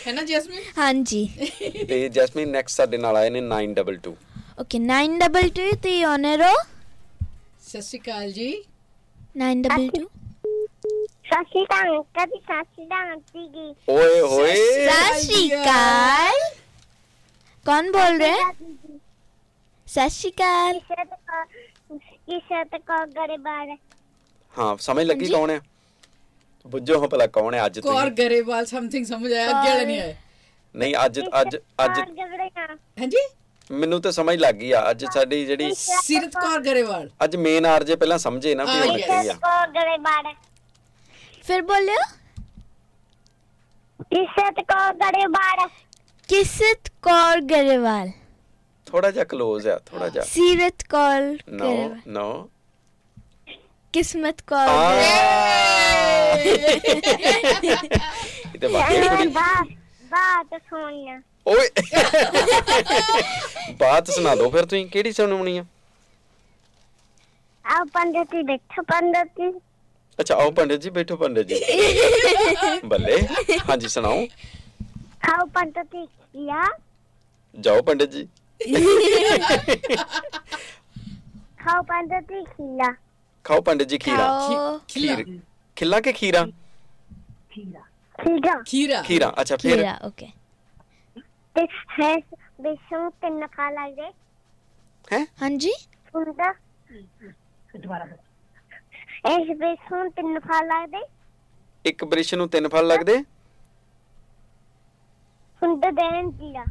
S3: ਹੈ ਨਾ ਜੈਸਮੀਨ
S2: ਹਾਂਜੀ
S1: ਤੇ ਜੈਸਮੀਨ ਨੈਕਸਟ ਸਾਡੇ ਨਾਲ ਆਏ ਨੇ 922
S2: ਓਕੇ 922 ਤੇ ਓਨਰੋ
S3: ਸਤਿ ਸ਼੍ਰੀ ਅਕਾਲ ਜੀ
S2: 922
S4: ਸਤਿ ਸ਼੍ਰੀ ਅਕਾਲ ਕਦੀ ਸਤਿ ਸ਼੍ਰੀ ਅਕਾਲ ਆਂਟੀ ਜੀ
S1: ਓਏ ਹੋਏ
S2: ਸਤਿ ਸ਼੍ਰੀ ਅਕਾਲ ਕੌਣ ਬੋਲ ਰਹੇ ਹੈ? ਸਤਿ ਸ਼੍ਰੀ ਅਕਾਲ
S4: ਕਿਸੇ ਤੋਂ ਕਿਸੇ ਤੋਂ ਗਰੇ ਬਾਰੇ
S1: ਹਾਂ ਸਮਝ ਲੱਗੀ ਕੌਣ ਹੈ ਬੁੱਝੋ ਹਾਂ ਭਲਾ ਕੌਣ ਹੈ ਅੱਜ
S3: ਕੌਰ
S1: ਤੁਸੀਂ
S3: ਗਰੇਵਾਲ ਸਮਥਿੰਗ ਸਮਝ ਆਇਆ ਅੱਗੇ ਵਾਲਾ ਨਹੀਂ ਆਇਆ
S1: ਨਹੀਂ ਅੱਜ ਅੱਜ ਅੱਜ
S3: ਹਾਂਜੀ
S1: ਮੈਨੂੰ ਤਾਂ ਸਮਝ ਲੱਗ ਗਈ ਆ ਅੱਜ ਸਾਡੀ ਜਿਹੜੀ
S3: ਸਿਰਤ ਕੌਰ ਗਰੇਵਾਲ
S1: ਅੱਜ ਮੇਨ ਆਰਜੇ ਪਹਿਲਾਂ ਸਮਝੇ ਨਾ ਵੀ ਉਹ
S3: Ah, yes.
S1: ਕੀ ਆ
S4: ਤੋਂ ਗਰੇ ਬਾਰੇ
S2: ਫਿਰ ਬੋਲਿਓ
S4: ਕਿਸੇ ਤੋਂ ਗਰੇ ਬਾਰੇ
S2: ਕਿਸਤ ਕੌਰ ਗਰੇਵਾਲ
S1: ਥੋੜਾ ਜਿਹਾ ক্লোਜ਼ ਆ ਥੋੜਾ ਜਿਹਾ
S2: ਸੀਰਤ ਕੌਰ
S1: ਨੋ
S2: ਗਰੇਵਾਲ
S1: ਨੋ
S2: ਕਿਸਮਤ ਕੌਰ
S1: Ah,
S2: ਗਰੇਵਾਲ।
S1: ਇਹ ਤੇ ਵਾਕਈ ਬੜੀ
S4: ਬਾਤ ਬਾਤ ਸੁਣਨਾ
S1: ਓਏ ਬਾਤ ਸੁਣਾ ਦਿਓ ਫਿਰ ਤੁਸੀਂ ਕਿਹੜੀ ਸੁਣਾਉਣੀ ਆ
S4: ਆਓ ਪੰਡਤ ਜੀ ਬੈਠੋ ਪੰਡਤ ਜੀ
S1: ਅੱਛਾ ਆਓ ਪੰਡਿਤ ਜੀ ਬੈਠੋ ਪੰਡਿਤ ਜੀ ਬੱਲੇ ਹਾਂਜੀ ਸੁਣਾਓ
S4: ਆਓ ਪੰਡਤ ਜੀ ਯਾ
S1: ਜਾਓ ਪੰਡਿਤ ਜੀ
S4: ਖਾਓ ਪੰਡਤ ਜੀ ਖੀਲਾ
S1: ਖਾਓ ਪੰਡਿਤ ਜੀ ਖੀਰਾ
S2: ਖਾਓ।
S3: ਖੀਰਾ
S1: ਖੀਰ ਖਿੱਲਾ ਕੇ ਖੀਰਾ
S4: ਖੀਲਾ
S3: ਖੀਰਾ
S1: ਖੀਰਾ ਅੱਛਾ ਫਿਰ
S2: ਖੀਰਾ ਓਕੇ
S4: ਤੇ ਹੈ ਬਿਸ਼ੂ ਤਿੰਨ ਖਾ ਲੱਗਦੇ
S1: ਹੈ
S2: ਹਾਂਜੀ
S4: ਸੁਣਦਾ ਦੁਬਾਰਾ ਇਸ ਬਿਸ਼ੂ ਤਿੰਨ ਖਾ ਲੱਗਦੇ
S1: ਇੱਕ ਬ੍ਰਿਸ਼ ਨੂੰ ਤਿੰਨ ਫਲ ਲੱਗਦੇ
S4: ਸੁਣਦਾ ਦੇਣ ਜੀਰਾ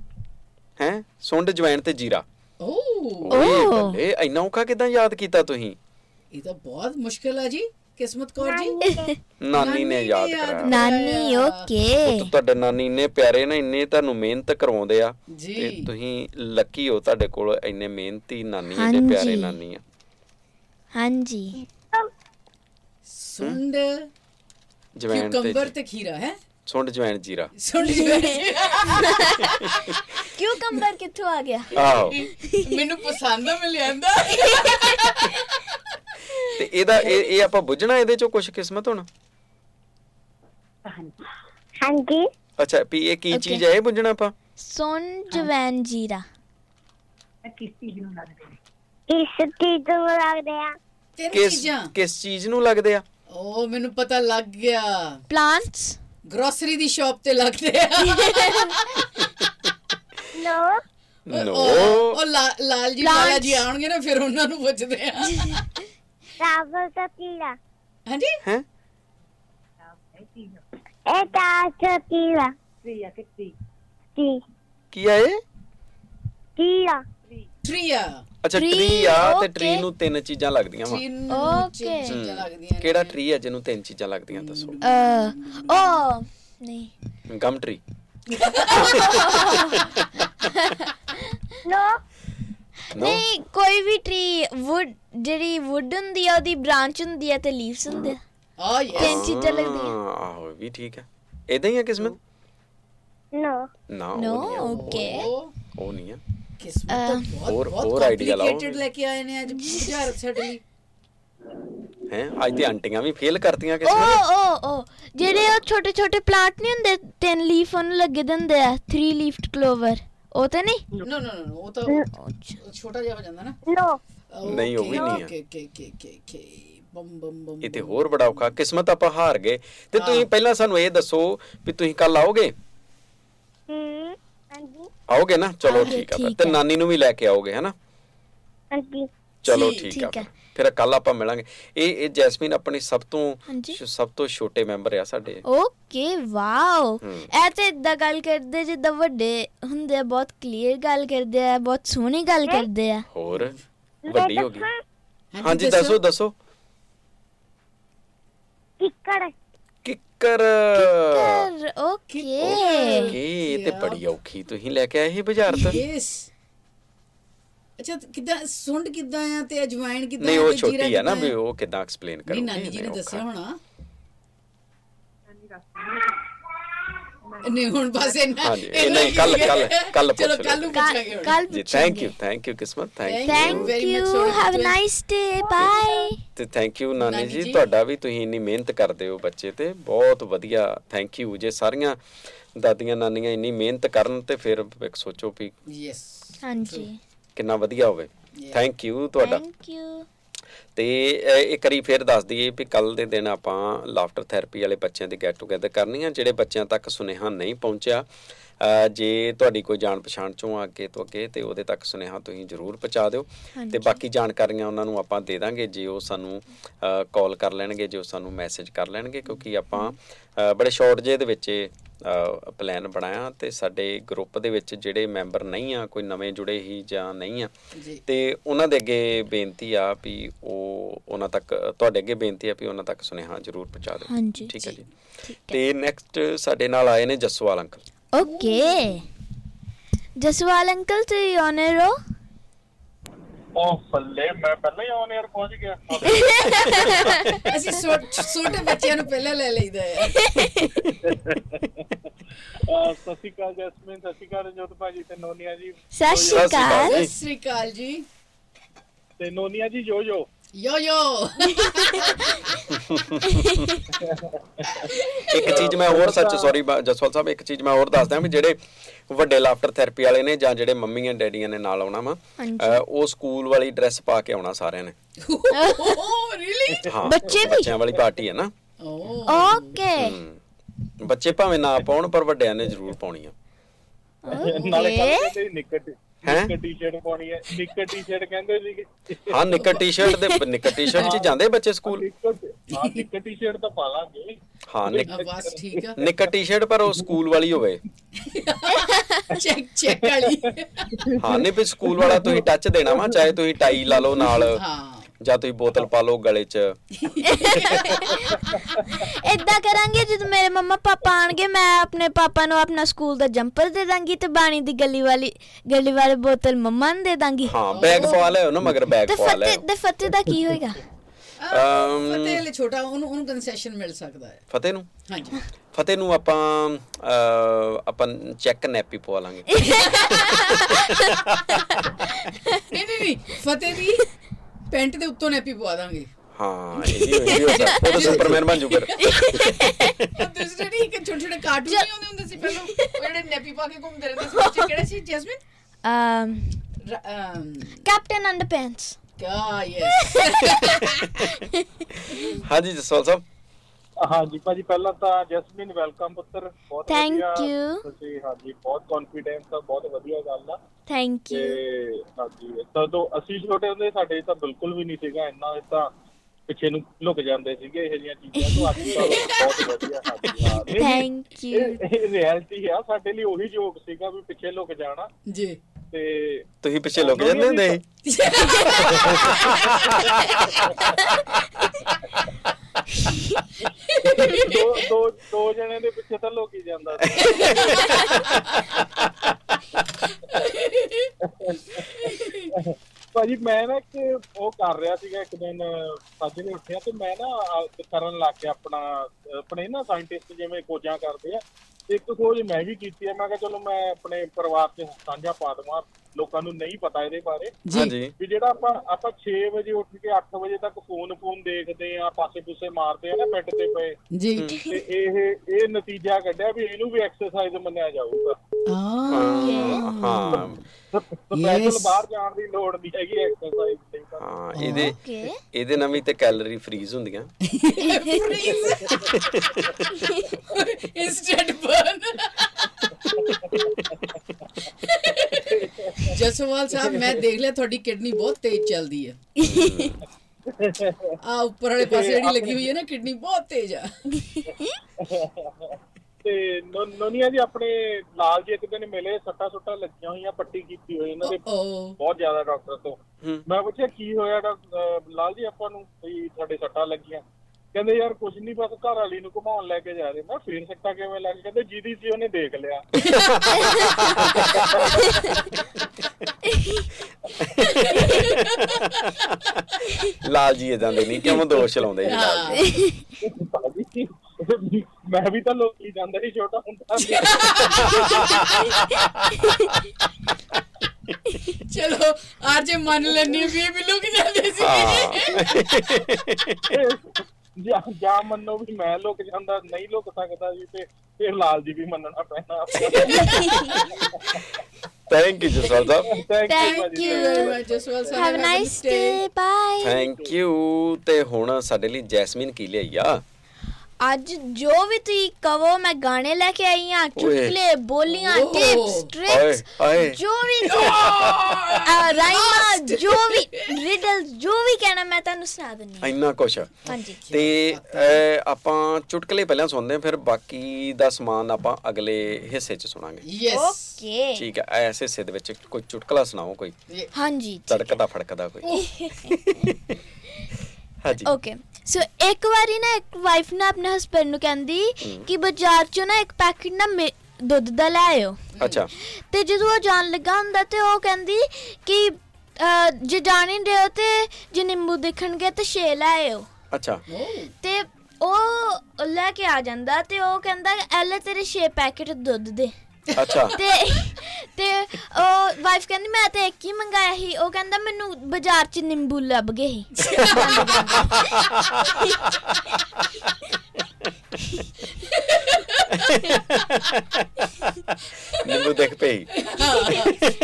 S1: ਹੈ ਸੁੰਡ ਜਵੈਣ ਤੇ ਜੀਰਾ
S3: ਓ
S1: ਓਏ
S2: ਓਹ।
S1: ਬੱਲੇ ਇੰਨਾ ਔਖਾ ਕਿਦਾਂ ਯਾਦ ਕੀਤਾ ਤੁਸੀਂ
S3: ਇਹ ਤਾਂ ਬਹੁਤ ਮੁਸ਼ਕਿਲ ਆ ਜੀ ਕਿਸਮਤ ਕੌਰ ਜੀ
S1: ਨਾਨੀ ਨੇ ਯਾਦ
S3: ਯਾਦ
S1: ਕਰਾਇਆ
S2: ਨਾਨੀ ਓਕੇ
S1: ਪੁੱਤ ਤੁਹਾਡੇ ਨਾਨੀ ਇੰਨੇ ਪਿਆਰੇ ਨੇ ਇੰਨੇ ਤੁਹਾਨੂੰ ਮਿਹਨਤ ਕਰਵਾਉਂਦੇ ਆ
S3: ਜੀ।
S1: ਤੇ ਤੁਸੀਂ ਲੱਕੀ ਹੋ ਤੁਹਾਡੇ ਕੋਲ ਇੰਨੇ ਮਿਹਨਤੀ ਨਾਨੀ ਇੰਨੇ
S2: ਹਾਂਜੀ।
S1: ਪਿਆਰੇ ਨਾਨੀ ਆ
S2: ਹਾਂਜੀ
S3: ਸੁੰਡ
S1: ਜਵੈਣ ਤੇ
S3: ਕਿਊਕੰਬਰ
S1: ਜੀ-
S3: ਤੇ ਖੀਰਾ ਹੈ
S1: ਸੁੰਡ ਜਵੈਣ ਜੀਰਾ
S3: ਸੁੰਡ ਜੀ
S2: ਕਿਉਂ ਕੰਬਰ ਕਿੱਥੋਂ ਆ ਗਿਆ
S1: ਆਹੋ
S3: ਮੈਨੂੰ ਪਸੰਦ ਆ ਮੈਂ ਲਿਆਂਦਾ
S1: ਤੇ ਇਹਦਾ ਇਹ ਇਹ ਆਪਾਂ ਬੁੱਝਣਾ ਇਹਦੇ ਚੋਂ ਕੁਝ ਕਿਸਮਤ ਹੋਣਾ
S4: ਹਾਂਜੀ
S1: ਅੱਛਾ ਵੀ ਇਹ ਕੀ
S2: Okay.
S1: ਚੀਜ਼ ਹੈ ਇਹ ਬੁੱਝਣਾ ਆਪਾਂ
S2: ਸੁਣ ਜਵੈਨ ਜੀਰਾ
S4: ਇਸ ਚੀਜ਼ ਨੂੰ ਲੱਗਦੇ ਆ
S3: ਤਿੰਨ
S1: ਕਿਸ
S3: ਚੀਜ਼ਾਂ
S1: ਕਿਸ ਚੀਜ਼ ਨੂੰ ਲੱਗਦੇ ਆ
S3: ਓ ਮੈਨੂੰ ਪਤਾ ਲੱਗ ਗਿਆ
S2: ਪਲਾਂਟਸ
S3: ਗਰੋਸਰੀ ਦੀ ਸ਼ਾਪ ਤੇ ਲੱਗਦੇ ਆ
S4: ਲੋ
S1: ਨੋ
S3: ਉਹ ਉਹ ਲਾ- ਲਾਲ ਜੀ
S2: Plants.
S3: ਲਾਲਾ ਜੀ ਆਉਣਗੇ ਨਾ ਫਿਰ ਉਹਨਾਂ ਨੂੰ ਪੁੱਛਦੇ ਆ
S4: ਰਾਵਲ ਦਾ ਤੀਰਾ
S3: ਹਾਂਜੀ
S1: ਹੈ
S4: ਇਹ ਤਾਂ ਚ ਤੀਰਾ ਤੀ
S1: ਕੀ ਆ ਇਹ
S4: ਤੀਰਾ
S3: ਟ੍ਰੀ ਆ
S1: ਅੱਛਾ
S2: Tree,
S1: ਟ੍ਰੀ ਆ ਤੇ
S2: okay.
S1: ਟ੍ਰੀ ਨੂੰ ਤਿੰਨ ਚੀਜ਼ਾਂ ਲੱਗਦੀਆਂ ਵਾ
S3: ਟ੍ਰੀ
S2: Okay.
S3: ਚੀਜ਼ਾਂ ਲੱਗਦੀਆਂ ਨੇ
S1: ਕਿਹੜਾ ਟ੍ਰੀ ਆ ਜਿਹਨੂੰ ਤਿੰਨ ਚੀਜ਼ਾਂ ਲੱਗਦੀਆਂ ਦੱਸੋ
S2: ਅ ਓ ਨਹੀਂ
S1: ਗਮ ਟ੍ਰੀ
S4: ਲੋ
S1: No?
S2: ਨਹੀਂ ਕੋਈ ਵੀ ਟ੍ਰੀ ਵੁੱਡ ਜਿਹੜੀ ਵੁੱਡ ਹੁੰਦੀ ਆ ਉਹਦੀ ਬ੍ਰਾਂਚ ਹੁੰਦੀ ਆ ਤੇ ਲੀਵਸ ਹੁੰਦੇ ਆ
S3: ਆ ਯੈਸ
S2: ਤਿੰਨ ਚੀਜ਼ਾਂ ਲੱਗਦੀਆਂ
S1: ਹਾਂ, ਆਹੋ ਇਹ ਵੀ ਠੀਕ ਹੈ ਇਦਾਂ ਹੀ ਹੈ ਕਿਸਮਤ
S4: No.
S1: ਨਾ ਉਹ
S2: No,
S1: ਨਹੀਂ ਹੈ, ਉਹ-
S2: okay.
S3: Oh।
S1: ਉਹ ਨਹੀਂ ਹੈ
S3: ਕਿਸਮਤ ਤਾਂ ਬਹੁਤ
S1: ਹੋਰ-
S3: ਬਹੁਤ
S1: ਹੋਰ idea ਲਾਓ।
S3: complicated ਲੈ ਕੇ ਆਏ ਨੇ ਅੱਜ ਬੁਝਾਰ ਲਈ
S1: ਹੈ ਅੱਜ ਤੇ ਆਂਟੀਆਂ ਵੀ ਫੇਲ ਕਰਤੀਆਂ
S2: ਓ
S1: ਕਿਸਮਤ
S2: ਓ ਓ ਜਿਹੜੇ ਉਹ ਛੋਟੇ ਛੋਟੇ ਪਲਾਂਟ ਨਹੀਂ ਹੁੰਦੇ ਤਿੰਨ ਲੀਫ ਉਹਨੂੰ ਲੱਗੇ ਦੇ ਹੁੰਦੇ ਆ ਥ੍ਰੀ ਲੀਫਡ ਕਲੋਵਰ ਉਹ ਤੇ ਨਹੀਂ
S3: ਨੋ ਨੋ ਨੋ ਉਹ ਤਾਂ ਉਹ ਛੋਟਾ ਜਿਹਾ ਹੋ ਜਾਂਦਾ ਨਾ
S4: No.
S1: ਨਹੀਂ, ਉਹ ਵੀ ਨਹੀਂ ਹੈ।
S3: ਕੇ ਕੇ ਕੇ ਕੇ ਕੇ ਬਮ ਬਮ ਬਮ
S1: ਇਹ ਤੇ ਹੋਰ ਬੜਾ ਔਖਾ ਕਿਸਮਤ ਆਪਾਂ ਹਾਰ ਗਏ ਤੇ ਤੁਸੀਂ ਪਹਿਲਾਂ ਸਾਨੂੰ ਇਹ ਦੱਸੋ ਵੀ ਤੁਸੀਂ ਕੱਲ ਆਓਗੇ
S4: Hmm. Auntie.
S1: ਆਓਗੇ ਨਾ ਚਲੋ
S2: ਆਓਗੇ,
S1: ਠੀਕ ਆ ਫਿਰ।
S2: ਠੀਕ
S1: ਤੇ
S2: ਹੈ।
S1: ਨਾਨੀ ਨੂੰ ਵੀ ਲੈ ਕੇ ਆਓਗੇ ਹਨਾ
S4: Auntie.
S1: ਚਲੋ
S3: ਠੀਕ-
S1: ਠੀਕ ਆ
S2: ਠੀਕ ਹੈ।
S1: ਫਿਰ। ਫਿਰ ਕੱਲ ਆਪਾਂ ਮਿਲਾਂਗੇ ਇਹ ਇਹ ਜੈਸਮੀਨ ਆਪਣੀ ਸਭ ਤੋਂ
S2: ਹਾਂਜੀ।
S1: ਸ਼- ਸਭ ਤੋਂ ਛੋਟੇ ਮੈਂਬਰ ਆ ਸਾਡੇ
S2: ਓਕੇ ਵਾਓ
S1: ਹਮ।
S2: ਇਹ ਤੇ ਇਦਾਂ ਗੱਲ ਕਰਦੇ ਜਿੱਦਾਂ ਵੱਡੇ ਹੁੰਦੇ ਆ ਬਹੁਤ ਕਲੀਅਰ ਗੱਲ ਕਰਦੇ ਆ ਬਹੁਤ ਸੋਹਣੀ ਗੱਲ ਕਰਦੇ ਆ
S1: ਹੋਰ ਵੱਡੀ ਹੋ ਗਈ
S3: ਹਾਂਜੀ
S1: ਹਾਂਜੀ ਦੱਸੋ ਦੱਸੋ
S4: Kicker.
S1: ਕਿੱਕਰ Uh.
S2: ਪਰ ਓਕੇ
S1: ਓਕੇ ਇਹ ਤੇ ਬੜੀ ਔਖੀ ਤੁਸੀਂ ਲੈ ਕੇ ਆਏ ਇਹ ਬਾਜ਼ਾਰ ਤੋਂ
S3: ਯੈਸ ਅੱਛਾ ਤੇ ਕਿੱਦਾਂ ਸੁੰਡ ਕਿੱਦਾਂ ਆ ਤੇ ਅਜਵਾਇਣ ਕਿੱਦਾਂ
S1: ਨਹੀਂ
S3: ਆ
S1: ਉਹ
S3: ਤੇ ਜੀਰਾ
S1: ਛੋਟੀ ਆ ਨਾ
S3: ਕਿੱਦਾਂ
S1: ਵੀ ਉਹ ਕਿਦਾਂ ਐਕਸਪਲੇਨ
S3: ਨਹੀਂ
S1: ਕਰੂਗੀ
S3: ਨਾਨੀ ਜੀ ਨੇ
S1: ਨਹੀਂ,
S3: ਦੱਸਿਆ
S1: ਔਖਾ।
S3: ਹੋਣਾ ਨਹੀਂ ਹੁਣ ਬਸ ਇੰਨਾ
S1: ਹਾਂਜੀ, ਇੰਨਾ ਹੀ, ਕੱਲ੍ਹ- ਕੱਲ੍ਹ- ਕੱਲ੍ਹ
S3: ਚਲੋ
S1: ਪੁੱਛ
S3: ਕੱਲ ਨੂੰ
S1: ਲਿਓ।
S3: ਪੁੱਛਾਂਗੇ ਹੁਣ
S2: ਕੱਲ
S1: ਜੀ ਥੈਂਕ ਯੂ ਥੈਂਕ ਯੂ ਕਿਸਮਤ thank you
S3: Thank
S2: thank
S3: you very
S2: you
S3: much, Sonali
S2: have a
S3: Twins.
S2: Nice day bye
S1: ਤੇ ਥੈਂਕ ਯੂ ਨਾਨੀ
S3: ਨਾਨੀ
S1: ਜੀ
S3: ਜੀ।
S1: ਤੁਹਾਡਾ ਵੀ ਤੁਸੀਂ ਇੰਨੀ ਮਿਹਨਤ ਕਰਦੇ ਹੋ ਬੱਚੇ ਤੇ ਬਹੁਤ ਵਧੀਆ ਥੈਂਕ ਯੂ ਜੇ ਸਾਰੀਆਂ ਦਾਦੀਆਂ ਨਾਨੀਆਂ ਇੰਨੀ ਮਿਹਨਤ ਕਰਨ ਤੇ ਫਿਰ ਇੱਕ ਸੋਚੋ ਵੀ
S3: ਯੈਸ
S2: ਹਾਂਜੀ
S1: ਕਿੰਨਾ ਵਧੀਆ ਹੋਵੇ
S3: Yeah.
S1: ਥੈਂਕ ਯੂ ਤੁਹਾਡਾ
S2: ਥੈਂਕ ਯੂ
S1: ਤੇ ਅਹ, ਇੱਕ ਵਾਰੀ ਫਿਰ ਦੱਸ ਦਈਏ ਵੀ ਕੱਲ ਦੇ ਦਿਨ ਆਪਾਂ ਲਾਫਟਰ ਥੈਰੇਪੀ ਵਾਲੇ ਬੱਚਿਆਂ ਦੀ ਗੈਟ ਟੂਗੇਦਰ ਕਰਨੀ ਆ ਜਿਹੜੇ ਬੱਚਿਆਂ ਤੱਕ ਸੁਨੇਹਾ ਨਹੀਂ ਪਹੁੰਚਿਆ ਅਹ, ਜੇ ਤੁਹਾਡੀ ਕੋਈ ਜਾਣ ਪਛਾਣ ਚੋਂ ਅੱਗੇ ਤੋਂ ਅੱਗੇ ਤੇ ਉਹਦੇ ਤੱਕ ਸੁਨੇਹਾ ਤੁਸੀਂ ਜ਼ਰੂਰ ਪਹੁੰਚਾ ਦਿਓ ਤੇ ਬਾਕੀ ਜਾਣਕਾਰੀਆਂ ਉਹਨਾਂ ਨੂੰ ਆਪਾਂ ਦੇ ਦਾਂਗੇ ਜੇ ਉਹ ਸਾਨੂੰ ਕਾਲ ਕਰ ਲੈਣਗੇ ਜੇ ਉਹ ਸਾਨੂੰ ਮੈਸੇਜ ਕਰ ਲੈਣਗੇ ਕਿਉਂਕਿ ਆਪਾਂ ਅਹ, ਬੜੇ ਸ਼ਾਰਟ ਜੇ ਦੇ ਵਿੱਚ ਇਹ, ਅਹ, ਪਲਾਨ ਬਣਾਇਆ ਤੇ ਸਾਡੇ ਗਰੁੱਪ ਦੇ ਵਿੱਚ ਜਿਹੜੇ ਮੈਂਬਰ ਨਹੀਂ ਆ ਕੋਈ ਨਵੇਂ ਜੁੜੇ ਹੀ ਜਾਂ ਨਹੀਂ ਆ
S3: ਜੀ
S1: ਤੇ ਉਹਨਾਂ ਦੇ ਅੱਗੇ ਬੇਨਤੀ ਆ ਵੀ ਉਹ ਉਹਨਾਂ ਤੱਕ ਤੁਹਾਡੇ ਅੱਗੇ ਬੇਨਤੀ ਆ ਵੀ ਉਹਨਾਂ ਤੱਕ ਸੁਨੇਹਾ ਜ਼ਰੂਰ ਪਹੁੰਚਾ ਦਿਓ
S2: ਹਾਂਜੀ।
S1: ਠੀਕ ਹੈ ਜੀ ਤੇ ਨੈਕਸਟ ਸਾਡੇ ਨਾਲ ਆਏ ਨੇ Jaswal uncle
S2: okay Jaswal uncle ਤੁਸੀਂ ਓਨਰ
S3: oh.
S2: ਹੋ
S5: ਉਹ ਫੱਲੇ ਮੈਂ ਪਹਿਲਾਂ ਹੀ ਔਨ 에ਅਰ ਪਹੁੰਚ ਗਿਆ
S3: ਅਸੀਂ ਛੋਟ- ਛੋਟੇ ਬੱਚਿਆਂ ਨੂੰ ਪਹਿਲਾਂ ਲੈ ਲਈਦਾ ਹੈ
S5: ਅਹ ਸਤਿ ਸ਼੍ਰੀ ਅਕਾਲ ਜੈਸਮੀਨ ਸਤਿ ਸ਼੍ਰੀ ਅਕਾਲ ਜੋਤ ਭਾਜੀ ਤੇ ਨੋਨੀਆ ਜੀ
S2: ਸਤਿ
S1: ਸਤਿ
S2: ਸ਼੍ਰੀ
S1: ਸ਼੍ਰੀ ਅਕਾਲ।
S2: ਅਕਾਲ
S3: ਸਤਿ ਸ੍ਰੀ ਅਕਾਲ ਜੀ
S5: ਤੇ ਨੋਨੀਆ ਜੀ ਜੋ ਜੋ
S3: ਯੋ ਯੋ
S1: ਇੱਕ ਚੀਜ਼ ਮੈਂ ਹੋਰ ਸੱਚ ਸੌਰੀ ਜਸਵਾਲ ਸਾਹਿਬ ਇੱਕ ਚੀਜ਼ ਮੈਂ ਹੋਰ ਦੱਸਦਾ ਵੀ ਜਿਹੜੇ ਵੱਡੇ ਲਾਫਟਰ ਥੈਰੇਪੀ ਵਾਲੇ ਨੇ ਜਾਂ ਜਿਹੜੇ ਮੰਮੀਆਂ ਡੈਡੀਆਂ ਨੇ ਨਾਲ ਆਉਣਾ ਵਾ
S2: ਹਾਂਜੀ।
S1: ਅਹ, ਉਹ ਸਕੂਲ ਵਾਲੀ ਡਰੈਸ ਪਾ ਕੇ ਆਉਣਾ ਸਾਰਿਆਂ ਨੇ
S3: ਓ ਰੀਲੀ
S1: ਹਾਂ
S2: ਬੱਚੇ ਵੀ?
S1: ਬੱਚਿਆਂ ਵਾਲੀ ਪਾਰਟੀ ਹੈ ਨਾ
S3: ਓ
S2: ਓਕੇ
S1: ਹਮ, ਬੱਚੇ ਭਾਵੇਂ ਨਾ ਪਾਉਣ ਪਰ ਵੱਡਿਆਂ ਨੇ ਜ਼ਰੂਰ ਪਾਉਣੀ ਆ
S5: ਨਾਲੇ
S2: ਓਕੇ
S5: ਕੱਲ੍ਹ ਕਹਿੰਦੇ ਨਿੱਕਟ
S1: ਹੈਂ?
S5: ਨਿੱਕਟ ਟੀ-ਸ਼ਰਟ ਪਾਉਣੀ ਹੈ ਨਿੱਕਟ ਟੀ-ਸ਼ਰਟ ਕਹਿੰਦੇ ਸੀ
S1: ਹਾਂ ਨਿੱਕਰ ਟੀ-ਸ਼ਰਟ ਦੇ ਨਿੱਕਰ ਟੀ-ਸ਼ਰਟ 'ਚ ਹੀ ਜਾਂਦੇ ਬੱਚੇ ਸਕੂਲ
S5: ਨਿੱਕਟ ਹਾਂ ਨਿੱਕਟ ਟੀ-ਸ਼ਰਟ ਤਾਂ ਪਾ ਲਾਂਗੇ
S1: ਹਾਂ ਨਿੱਕ
S3: ਬਸ ਠੀਕ ਆ
S1: ਨਿੱਕਰ ਟੀ-ਸ਼ਰਟ ਪਰ ਉਹ ਸਕੂਲ ਵਾਲੀ ਹੋਵੇ
S3: ਚੈੱਕ ਚੈੱਕ ਵਾਲੀ
S1: ਹਾਂ ਨਹੀਂ ਵੀ ਸਕੂਲ ਵਾਲਾ ਤੁਸੀਂ ਟੱਚ ਦੇਣਾ ਵਾ ਚਾਹੇ ਤੁਸੀਂ ਟਾਈ ਲਾ ਲਓ ਨਾਲ
S3: ਹਾਂ
S1: ਜਾਂ ਤੁਸੀਂ ਬੋਤਲ ਪਾ ਲਓ ਗਲੇ 'ਚ
S2: ਇਦਾਂ ਕਰਾਂਗੇ ਜਦੋਂ ਮੇਰੇ ਮੰਮਾ ਪਾਪਾ ਆਣਗੇ ਮੈਂ ਆਪਣੇ ਪਾਪਾ ਨੂੰ ਆਪਣਾ ਸਕੂਲ ਦਾ ਜੰਪਰ ਦੇ ਦਾਂਗੀ ਤੇ ਬਾਣੀ ਦੀ ਗਲੀ ਵਾਲੀ ਗਲੀ ਵਾਲੀ ਬੋਤਲ ਮੰਮਾ ਨੂੰ ਦੇ ਦਾਂਗੀ
S1: ਹਾਂ ਬੈਗ ਪਾ ਲਿਓ ਨਾ ਮਗਰ ਬੈਗ
S2: ਤੇ
S1: ਪਾ ਲਿਓ
S2: ਫਤਿਹ ਤੇ ਫਤਿਹ ਦਾ ਕੀ ਹੋਏਗਾ
S1: ਅਮ,
S3: ਫਤਿਹ ਲਈ ਛੋਟਾ ਉਹਨੂੰ ਉਹਨੂੰ ਕਨਸੈਸ਼ਨ ਮਿਲ ਸਕਦਾ ਹੈ
S1: ਫਤਿਹ ਨੂੰ
S3: ਹਾਂਜੀ
S1: ਫਤਿਹ ਨੂੰ ਆਪਾਂ ਅਹ, ਆਪਾਂ ਚੈੱਕ ਨੈਪੀ ਪਵਾ ਲਾਂਗੇ
S3: ਨਹੀਂ ਨਹੀਂ ਨਹੀਂ ਫਤਿਹ ਦੀ ਪੈਂਟ ਦੇ ਉੱਤੋਂ ਨੈਪੀ ਪਵਾ ਦਾਂਗੇ
S1: ਹਾਂ ਇਹ ਵੀ ਇਹ ਵੀ ਹੋ ਸਕਦਾ। ਉਹ ਤਾਂ ਸੁਪਰਮੈਨ ਬਣ ਜੂ ਫਿਰ
S3: ਉਹ ਦੂਸਰੇ ਨਹੀਂ ਇੱਕ ਛੋਟੇ ਛੋਟੇ ਕਾਰਟੂਨ ਨਹੀਂ ਹੁੰਦੇ ਹੁੰਦੇ ਸੀ ਪਹਿਲਾਂ ਉਹ ਜਿਹੜੇ ਨੈਪੀ ਪਾ ਕੇ ਘੁੰਮਦੇ ਰਹਿੰਦੇ ਸੀ ਬੱਚੇ ਕਿਹੜਾ ਸੀ ਜੈਸਮਿਨ
S2: ਅਮ
S3: ਰ- ਅਮ,
S2: ਕੈਪਟਨ ਅੰਡਰਪੈਂਟਸ
S3: ਕਾ ਯੈਸ
S1: ਹਾਂਜੀ ਜਸਵਾਲ ਸਾਹਿਬ
S5: ਹਾਂਜੀ ਭਾਜੀ ਪਹਿਲਾਂ ਤਾਂ ਜੈਸਮੀਨ ਵੈਲਕਮ ਪੁੱਤਰ ਬਹੁਤ
S2: Thank
S5: ਵਧੀਆ
S2: you.
S5: ਤੁਸੀਂ ਹਾਂਜੀ ਬਹੁਤ ਕੌਨਫੀਡੈਂਸ ਆ ਬਹੁਤ ਵਧੀਆ ਗੱਲ ਆ
S2: ਥੈਂਕ
S5: ਤੇ
S2: ਯੂ
S5: ਹਾਂਜੀ ਤਦੋਂ ਅਸੀਂ ਛੋਟੇ ਹੁੰਦੇ ਸਾਡੇ ਤਾਂ ਬਿਲਕੁਲ ਵੀ ਨਹੀਂ ਸੀਗਾ ਇੰਨਾ ਇਹ ਤਾਂ ਪਿੱਛੇ ਨੂੰ ਲੁਕ ਜਾਂਦੇ ਸੀਗੇ ਇਹ ਜਿਹੀਆਂ ਚੀਜ਼ਾਂ ਤੋਂ ਅੱਜ ਤਾਂ ਬਹੁਤ ਵਧੀਆ ਹਾਂਜੀ ਹਾਂ ਨਹੀਂ,
S2: ਥੈਂਕ ਯੂ
S5: ਇਹ- ਇਹ ਰਿਐਲਿਟੀ ਆ ਸਾਡੇ ਲਈ ਉਹੀ ਜੋਕ ਸੀਗਾ ਵੀ ਪਿੱਛੇ ਲੁਕ ਜਾਣਾ
S3: ਜੀ
S5: ਤੇ
S1: ਤੁਸੀਂ ਪਿੱਛੇ ਲੁਕ ਜਾਂਦੇ ਹੁੰਦੇ ਸੀ?
S5: ਦੋ ਦੋ ਦੋ ਜਣੇ ਦੇ ਪਿੱਛੇ ਤਾਂ ਲੁਕ ਹੀ ਜਾਂਦਾ ਸੀ ਮੈਂ ਨਾ ਕਿ ਉਹ ਕਰ ਰਿਹਾ ਸੀਗਾ ਇੱਕ ਦਿਨ ਸਾਜੇ ਨੇ ਉੱਠਿਆ ਤੇ ਮੈਂ ਨਾ ਆ- ਕਰਨ ਲੱਗ ਗਿਆ ਆਪਣਾ ਅਹ, ਆਪਣੇ ਨਾ ਸਾਇੰਟਿਸਟ ਜਿਵੇਂ ਖੋਜਾਂ ਕਰਦੇ ਆ ਇੱਕ ਖੋਜ ਮੈਂ ਵੀ ਕੀਤੀ ਆ ਮੈਂ ਕਿਹਾ ਚਲੋ ਮੈਂ ਆਪਣੇ ਪਰਿਵਾਰ 'ਚ ਸਾਂਝਾ ਪਾ ਦੇਵਾਂ ਲੋਕਾਂ ਨੂੰ ਨਹੀਂ ਪਤਾ ਇਹਦੇ ਬਾਰੇ
S1: ਹਾਂਜੀ
S5: ਵੀ ਜਿਹੜਾ ਆਪਾਂ ਆਪਾਂ 6 ਵਜੇ ਉੱਠ ਕੇ 8 ਵਜੇ ਤੱਕ ਫੋਨ ਫੋਨ ਦੇਖਦੇ ਆ ਪਾਸੇ-ਪੂਸੇ ਮਾਰਦੇ ਆ ਨਾ ਬੈੱਡ ਤੇ ਪਏ
S3: ਜੀ
S5: ਤੇ ਇਹ ਇਹ ਨਤੀਜਾ ਕੱਢਿਆ ਵੀ ਇਹਨੂੰ ਵੀ ਐਕਸਰਸਾਈਜ਼ ਮੰਨਿਆ ਜਾਊਗਾ
S1: ਹਾਂ
S3: Oh,
S1: ਹਾਂ
S5: ਸਪੈਸ਼ਲ
S3: Yes.
S5: ਬਾਹਰ ਜਾਣ ਦੀ ਲੋੜ ਨਹੀਂ ਹੈਗੀ ਐਕਸਰਸਾਈਜ਼ ਲਈ ਤਾਂ।
S1: ਹਾਂ ਇਹਦੇ
S2: Okay.
S1: ਇਹਦੇ ਨਾਲ ਵੀ ਤੇ ਕੈਲਰੀ ਫ੍ਰੀਜ਼ ਹੁੰਦੀਆਂ
S3: ਇੰਸਟੈਂਟ ਬਰਨ ਜਸਵਾਲ ਸਾਹਿਬ ਮੈਂ ਦੇਖ ਲਿਆ ਤੁਹਾਡੀ ਕਿਡਨੀ ਬਹੁਤ ਤੇਜ਼ ਚੱਲਦੀ ਹੈ ਆ ਉੱਪਰ ਵਾਲੇ ਪਾਸੇ ਜਿਹੜੀ ਲੱਗੀ ਹੋਈ ਹੈ ਨਾ ਕਿਡਨੀ ਬਹੁਤ ਤੇਜ਼ ਆ
S5: ਤੇ ਨੋ- ਨੋਨੀਆ ਜੀ ਆਪਣੇ ਲਾਲ ਜੀ ਇੱਕ ਦਿਨ ਮਿਲੇ ਸੱਟਾ ਸੁੱਟਾਂ ਲੱਗੀਆਂ ਹੋਈਆਂ ਪੱਟੀ ਕੀਤੀ ਹੋਈ ਇਹਨਾਂ ਦੇ
S3: ਓ
S5: ਬਹੁਤ ਜ਼ਿਆਦਾ ਡਾਕਟਰ ਤੋਂ
S1: ਹੂੰ।
S5: ਮੈਂ ਪੁੱਛਿਆ ਕੀ ਹੋਇਆ ਡਾਕ- ਅਹ ਲਾਲ ਜੀ ਆਪਾਂ ਨੂੰ ਵੀ ਸਾਡੇ ਸੱਟਾਂ ਲੱਗੀਆਂ ਕਹਿੰਦੇ ਯਾਰ ਕੁਝ ਨਹੀਂ ਬਸ ਘਰ ਵਾਲੀ ਨੂੰ ਘੁਮਾਉਣ ਲੈ ਕੇ ਜਾ ਰਹੇ ਮੈਂ ਫੇਰ ਸੱਟਾ ਕਿਵੇਂ ਲੱਗ ਗਈ? ਕਹਿੰਦੇ ਜਿਹਦੀ ਸੀ ਉਹਨੇ ਦੇਖ ਲਿਆ
S1: ਲਾਲ ਜੀ ਇਦਾਂ ਦੇ ਨਹੀਂ ਕਿਉਂ ਦੋਸ਼ ਲਾਉਂਦੇ ਜੀ ਲਾਲ ਜੀ?
S3: ਹਾਂ
S5: ਭਾਜੀ, ਮੈਂ ਵੀ ਤਾਂ ਲੋਕੀ ਜਾਂਦਾ ਸੀ ਛੋਟਾ ਹੁੰਦਾ ਸੀ।
S3: ਚਲੋ ਅੱਜ ਮੰਨ ਲੈਣੀ ਵੀ ਵੀ ਲੋਕ ਜਾਂਦੇ
S1: हाँ।
S3: ਸੀ
S5: ਜਾਂ ਜਾਂ ਮੰਨੋ ਵੀ ਮੈਂ ਲੁਕ ਜਾਂਦਾ ਨਹੀਂ ਲੁਕ ਸਕਦਾ ਜੀ ਤੇ ਫਿਰ ਲਾਲ ਜੀ ਵੀ ਮੰਨਣਾ ਪੈਣਾ
S1: thank you Jaswal Sahib
S5: Thank
S2: Thank
S5: ਭਾਜੀ,
S2: you.
S5: thank you।
S3: Jaswal Sahib
S2: Have a nice day. Bye.
S1: Thank you ਤੇ ਹੁਣ ਸਾਡੇ ਲਈ ਜੈਸਮੀਨ ਕੀ ਲਈ ਆ
S2: ਅੱਜ ਜੋ ਵੀ ਤੁਸੀਂ ਕਹੋ ਮੈਂ ਗਾਣੇ ਲੈ ਕੇ ਆਈ ਹਾਂ ਚੁਟਕਲੇ ਬੋਲੀਆਂ
S3: ਓਹ।
S2: ਟਿਪਸ
S1: ਓਏ
S2: ਟ੍ਰਿਕਸ
S1: ਓਏ
S2: ਜੋ ਵੀ ਤੁਸੀਂ ਰਾਈਮਾ ਜੋ ਵੀ ਰਿਡਲ ਜੋ ਵੀ ਕਹਿਣਾ ਮੈਂ ਤੁਹਾਨੂੰ ਸੁਣਾ ਦਿੰਨੀ ਹਾਂ
S1: ਇੰਨਾ ਕੁਛ
S2: ਹਾਂਜੀ
S1: ਤੇ ਅਹ, ਆਪਾਂ ਚੁਟਕਲੇ ਪਹਿਲਾਂ ਸੁਣਦੇ ਹਾਂ ਫਿਰ ਬਾਕੀ ਦਾ ਸਮਾਨ ਆਪਾਂ ਅਗਲੇ ਹਿੱਸੇ 'ਚ ਸੁਣਾਂਗੇ
S2: Oh.
S3: ਯੈਸ
S2: ਓਕੇ
S1: ਠੀਕ ਹੈ ਇਸ ਹਿੱਸੇ ਦੇ ਵਿੱਚ ਕੋਈ ਚੁਟਕਲਾ ਸੁਣਾਓ ਕੋਈ
S2: ਹਾਂਜੀ
S1: ਤੜਕਦਾ ਫੜਕਦਾ ਕੋਈ ਹਾਂਜੀ
S2: ਓਕੇ ਸੋ ਇੱਕ ਵਾਰੀ ਨਾ ਇੱਕ ਵਾਈਫ ਨੇ ਆਪਣੇ ਹਸਬੰਡ ਨੂੰ ਕਹਿੰਦੀ ਕਿ ਬਾਜ਼ਾਰ ਚੋਂ ਨਾ ਇੱਕ ਪੈਕਟ ਨਾ ਮੇ- ਦੁੱਧ ਦਾ ਲੈ ਆਇਓ
S1: ਅੱਛਾ
S2: ਤੇ ਜਦੋਂ ਉਹ ਜਾਣ ਲੱਗਾ ਹੁੰਦਾ ਤੇ ਉਹ ਕਹਿੰਦੀ ਕਿ ਅਹ, ਜੇ ਜਾਣੀ ਦਿਓ ਤੇ ਜੇ ਨਿੰਬੂ ਦੇਖਣਗੇ ਤੇ ਛੇ ਲੈ ਆਇਓ
S1: ਅੱਛਾ
S3: Oh.
S2: ਤੇ ਉਹ ਲੈ ਕੇ ਆ ਜਾਂਦਾ ਤੇ ਉਹ ਕਹਿੰਦਾ "ਐ ਲੈ ਤੇਰੇ ਛੇ ਪੈਕੇਟ ਦੁੱਧ ਦੇ
S1: ਅੱਛਾ
S2: ਤੇ ਤੇ ਉਹ ਵਾਈਫ ਕਹਿੰਦੀ ਮੈਂ ਤੇ ਇੱਕ ਹੀ ਮੰਗਾਇਆ ਸੀ ਉਹ ਕਹਿੰਦਾ ਮੈਨੂੰ ਬਾਜ਼ਾਰ 'ਚ ਨਿੰਬੂ ਲੱਭ ਗਏ ਸੀ
S1: ਨਿੰਬੂ ਦੇਖ ਪਈ